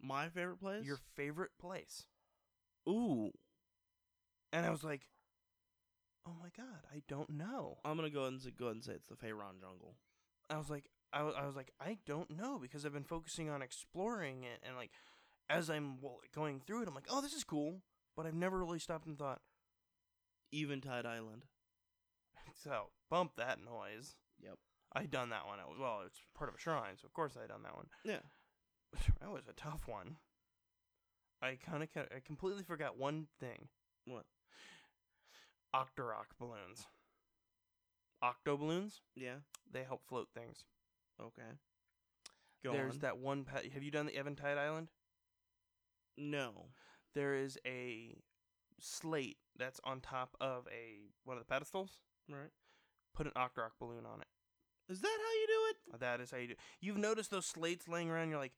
[SPEAKER 2] My favorite place.
[SPEAKER 1] your favorite place
[SPEAKER 2] Ooh.
[SPEAKER 1] and i was like oh my god i don't know
[SPEAKER 2] I'm gonna go ahead and say, go ahead and say it's the Feyron jungle.
[SPEAKER 1] I was like, I, wa- I was like, I don't know because I've been focusing on exploring it, and like, as I'm well, going through it, I'm like, oh, this is cool, but I've never really stopped and thought.
[SPEAKER 2] Eventide Island.
[SPEAKER 1] So bump that noise.
[SPEAKER 2] Yep.
[SPEAKER 1] I done that one. It was, well, it's part of a shrine, so of course I done that one.
[SPEAKER 2] Yeah.
[SPEAKER 1] That was a tough one. I kind of, I completely forgot one thing:
[SPEAKER 2] What?
[SPEAKER 1] Octorok balloons. Octo balloons.
[SPEAKER 2] Yeah.
[SPEAKER 1] They help float things.
[SPEAKER 2] Okay. Go
[SPEAKER 1] There's
[SPEAKER 2] on.
[SPEAKER 1] that one. Pet. Have you done the Eventide Island?
[SPEAKER 2] No.
[SPEAKER 1] there is a slate that's on top of a one of the pedestals.
[SPEAKER 2] Right.
[SPEAKER 1] Put an Octorok balloon on it.
[SPEAKER 2] Is that how you do it?
[SPEAKER 1] That is how you do. You've noticed those slates laying around. You're like,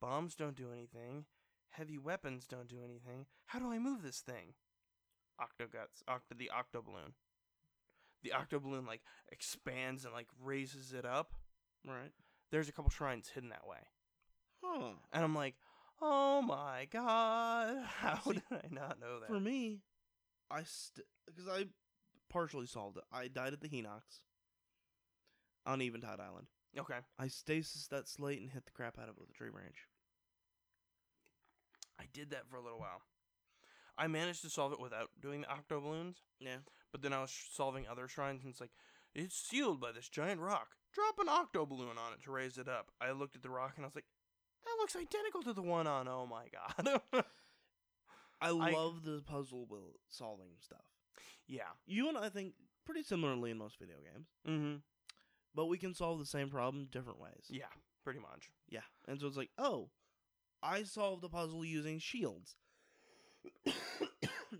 [SPEAKER 1] bombs don't do anything. Heavy weapons don't do anything. How do I move this thing? Octoguts. Octo the octo balloon. The octo balloon like expands and like raises it up.
[SPEAKER 2] Right.
[SPEAKER 1] There's a couple shrines hidden that way,
[SPEAKER 2] Huh.
[SPEAKER 1] and I'm like, oh my god, how
[SPEAKER 2] See,
[SPEAKER 1] did I not know that?
[SPEAKER 2] For me, I st because I partially solved it. I died at the Hinox on Eventide Island.
[SPEAKER 1] okay,
[SPEAKER 2] I stasis that slate and hit the crap out of it with a tree branch.
[SPEAKER 1] I did that for a little while. I managed to solve it without doing the octo balloons,
[SPEAKER 2] Yeah.
[SPEAKER 1] but then I was sh- solving other shrines, and it's like, it's sealed by this giant rock. Drop an octo balloon on it to raise it up. I looked at the rock and I was like, that looks identical to the one on. Oh my god.
[SPEAKER 2] I, love the puzzle will solving stuff.
[SPEAKER 1] yeah.
[SPEAKER 2] You and I think pretty similarly in most video games,
[SPEAKER 1] Mm-hmm.
[SPEAKER 2] but we can solve the same problem different ways.
[SPEAKER 1] Yeah. Pretty much.
[SPEAKER 2] Yeah. And so it's like, oh, I solved the puzzle using shields to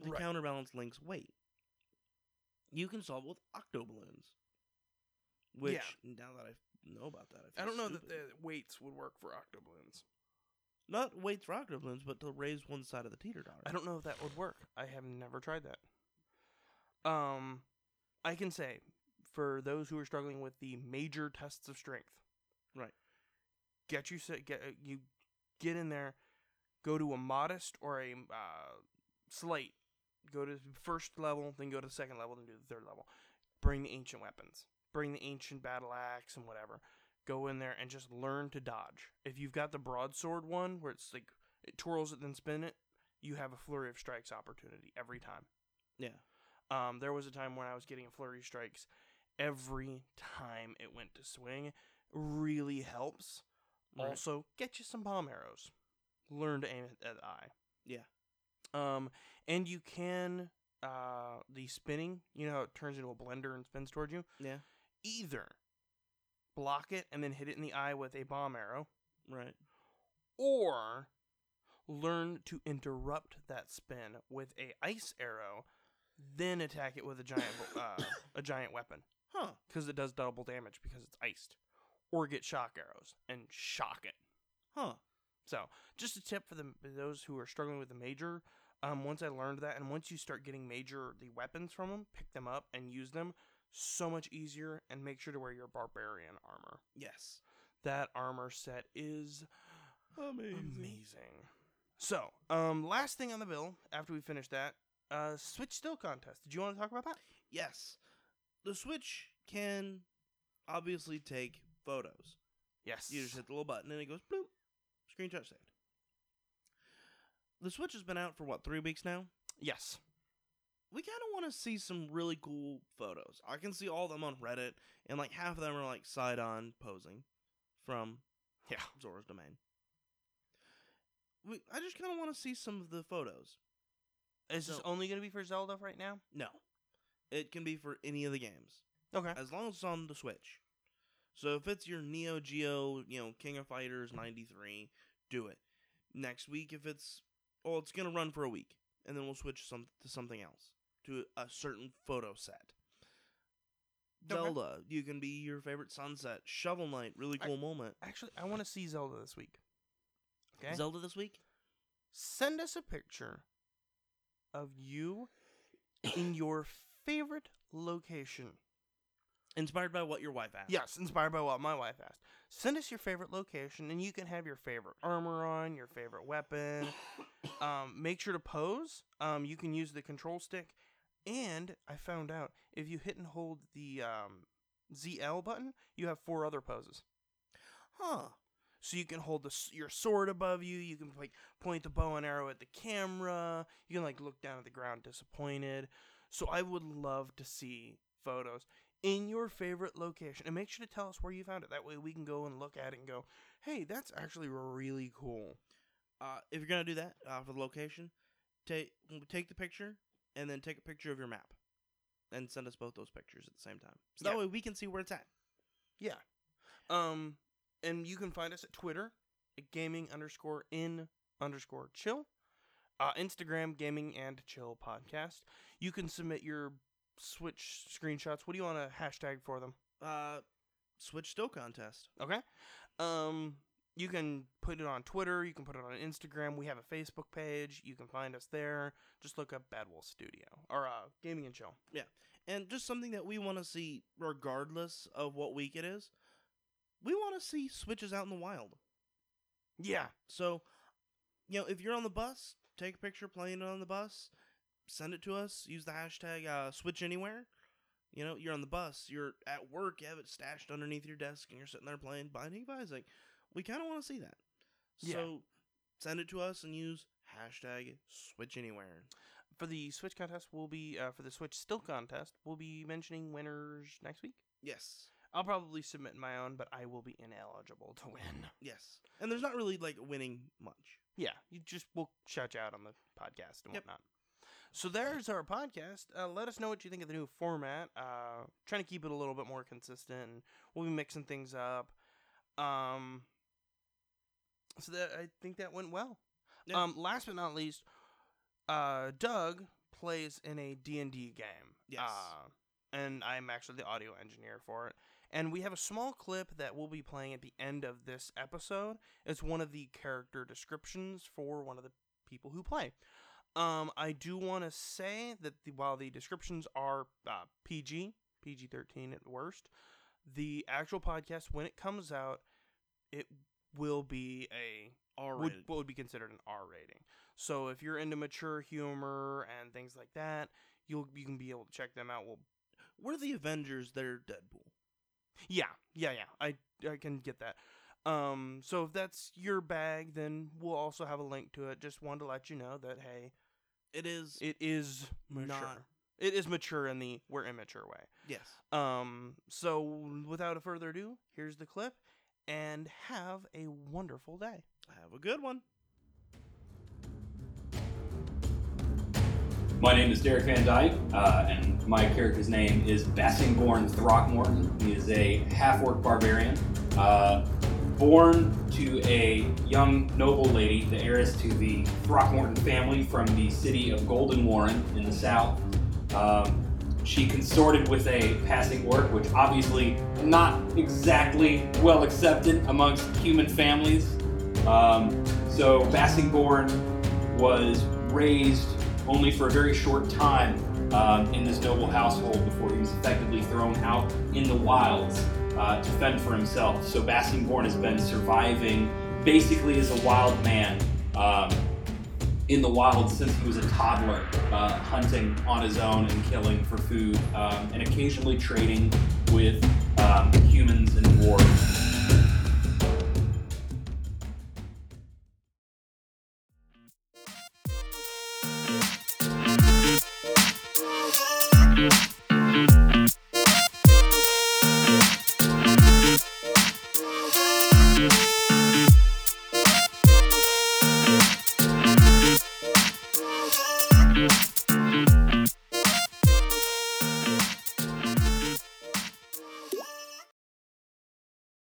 [SPEAKER 1] Right.
[SPEAKER 2] counterbalance Link's weight. You can solve it with octo balloons. Which now that I know about that, I,
[SPEAKER 1] I don't
[SPEAKER 2] feel
[SPEAKER 1] know that
[SPEAKER 2] stupid.
[SPEAKER 1] the weights would work for octo balloons.
[SPEAKER 2] not weights for octo balloons, but to raise one side of the teeter totter.
[SPEAKER 1] I don't know if that would work. I have never tried that. Um, I can say for those who are struggling with the major tests of strength,
[SPEAKER 2] Right.
[SPEAKER 1] Get you set. Get you get in there. Go to a modest or a uh, slate. Go to first level, then go to second level, then do the third level. Bring the ancient weapons. bring the ancient battle axe and whatever. Go in there and just learn to dodge. If you've got the broadsword one where it's like it twirls it then spin it, you have a flurry of strikes opportunity every time.
[SPEAKER 2] Yeah.
[SPEAKER 1] Um, there was a time when I was getting flurry strikes every time it went to swing. Really helps.
[SPEAKER 2] Right.
[SPEAKER 1] Also, get you some bomb arrows. Learn to aim at, at eye.
[SPEAKER 2] Yeah.
[SPEAKER 1] Um, and you can uh the spinning. You know how it turns into a blender and spins toward you.
[SPEAKER 2] Yeah.
[SPEAKER 1] Either block it and then hit it in the eye with a bomb arrow,
[SPEAKER 2] Right.
[SPEAKER 1] or learn to interrupt that spin with a ice arrow, then attack it with a giant uh, a giant weapon
[SPEAKER 2] Huh.
[SPEAKER 1] because it does double damage because it's iced, or get shock arrows and shock it.
[SPEAKER 2] Huh.
[SPEAKER 1] So, just a tip for the, those who are struggling with the major. Um, once I learned that, and once you start getting major the weapons from them, pick them up and use them. So much easier, and make sure to wear your barbarian armor.
[SPEAKER 2] Yes.
[SPEAKER 1] That armor set is
[SPEAKER 2] Amazing.
[SPEAKER 1] amazing. So, um, last thing on the bill after we finish that, uh, switch still contest. Did you want to talk about that?
[SPEAKER 2] Yes. The Switch can obviously take photos.
[SPEAKER 1] Yes.
[SPEAKER 2] You just hit the little button and it goes bloop. Screenshot saved. The Switch has been out for what, three weeks now?
[SPEAKER 1] yes.
[SPEAKER 2] we kind of want to see some really cool photos. I can see all of them on Reddit, and like half of them are like side on posing from
[SPEAKER 1] Yeah.
[SPEAKER 2] Zora's domain. We, I just kind of want to see some of the photos.
[SPEAKER 1] Is this
[SPEAKER 2] So-
[SPEAKER 1] only going to be for Zelda right now?
[SPEAKER 2] No, it can be for any of the games
[SPEAKER 1] Okay.
[SPEAKER 2] as long as it's on the Switch. So if it's your Neo Geo, you know, King of Fighters 93, do it. Next week, if it's, well, it's going to run for a week, and then we'll switch some to something else, to a certain photo set.
[SPEAKER 1] Okay.
[SPEAKER 2] Zelda, you can be your favorite sunset. Shovel Knight, really
[SPEAKER 1] I-
[SPEAKER 2] cool moment.
[SPEAKER 1] Actually, I want to see Zelda this week. Okay.
[SPEAKER 2] Zelda this week?
[SPEAKER 1] Send us a picture of you in your favorite location.
[SPEAKER 2] Inspired by what your wife asked.
[SPEAKER 1] Yes, inspired by what my wife asked. Send us your favorite location, and you can have your favorite armor on, your favorite weapon. um, make sure to pose. Um, you can use the control stick, and I found out if you hit and hold the um, ZL button, you have four other poses.
[SPEAKER 2] Huh.
[SPEAKER 1] So you can hold the, s- your sword above you. You can like point the bow and arrow at the camera. You can like look down at the ground disappointed. So I would love to see photos in your favorite location, and make sure to tell us where you found it. That way we can go and look at it and go, "Hey, that's actually really cool."
[SPEAKER 2] Uh, if you're going to do that uh, for the location, take, take the picture and then take a picture of your map and send us both those pictures at the same time. So that
[SPEAKER 1] Yeah.
[SPEAKER 2] way we can see where it's at.
[SPEAKER 1] Yeah. Um, and you can find us at Twitter at gaming underscore in underscore chill. Uh, Instagram gaming and chill podcast. You can submit your Switch screenshots. What do you want to hashtag for them?
[SPEAKER 2] uh switch still contest
[SPEAKER 1] Okay. Um, you can put it on Twitter. You can put it on Instagram. We have a Facebook page. You can find us there. Just look up Bad Wolf Studio or uh, Gaming and Chill.
[SPEAKER 2] and just something that we want to see regardless of what week it is we want to see switches out in the wild
[SPEAKER 1] Yeah.
[SPEAKER 2] so you know if you're on the bus take a picture playing it on the bus send it to us use the hashtag uh, switch anywhere you know you're on the bus you're at work you have it stashed underneath your desk and you're sitting there playing binding of isaac we kind of want to see that
[SPEAKER 1] Yeah.
[SPEAKER 2] so send it to us and use hashtag switch anywhere
[SPEAKER 1] For the Switch contest, we'll be uh, for the Switch Still contest. We'll be mentioning winners next week.
[SPEAKER 2] yes
[SPEAKER 1] I'll probably submit my own, but I will be ineligible to win.
[SPEAKER 2] Yes. And there's not really like winning much.
[SPEAKER 1] Yeah, you just we'll shout you out on the podcast and
[SPEAKER 2] Yep.
[SPEAKER 1] whatnot. So there's our podcast. Uh, let us know what you think of the new format. Uh, trying to keep it a little bit more consistent. and We'll be mixing things up. Um, so that I think that went well.
[SPEAKER 2] Yeah.
[SPEAKER 1] Um, last but not least, uh, Doug plays in a D&D game.
[SPEAKER 2] Yes.
[SPEAKER 1] Uh, and I'm actually the audio engineer for it. And we have a small clip that we'll be playing at the end of this episode. It's one of the character descriptions for one of the people who play. Um, I do want to say that the, while the descriptions are uh, PG, PG 13 at worst, the actual podcast, when it comes out, it will be a
[SPEAKER 2] All
[SPEAKER 1] would, what would be considered an R rating. So if you're into mature humor and things like that, you'll you can be able to check them out. We'll
[SPEAKER 2] We're the Avengers, they're Deadpool.
[SPEAKER 1] Yeah, yeah, yeah. I I can get that. Um, so if that's your bag, then we'll also have a link to it. Just wanted to let you know that hey,
[SPEAKER 2] It is.
[SPEAKER 1] it is
[SPEAKER 2] Mature.
[SPEAKER 1] not. It is mature in the we're immature way.
[SPEAKER 2] yes.
[SPEAKER 1] Um, so without a further ado, here's the clip, and have a wonderful day.
[SPEAKER 2] Have a good one.
[SPEAKER 3] My name is Derek Van Dyke, uh, and my character's name is Bassingborn Throckmorton. He is a half orc barbarian, uh, born to a young noble lady, the heiress to the Throckmorton family from the city of Golden Warren in the south. Um, she consorted with a passing orc, which obviously not exactly well accepted amongst human families. Um, so Bassingborn was raised only for a very short time um, in this noble household before he was effectively thrown out in the wilds uh, to fend for himself. So Bassingborn has been surviving basically as a wild man um, in the wild since he was a toddler, uh, hunting on his own and killing for food, um, and occasionally trading with um, humans and dwarves.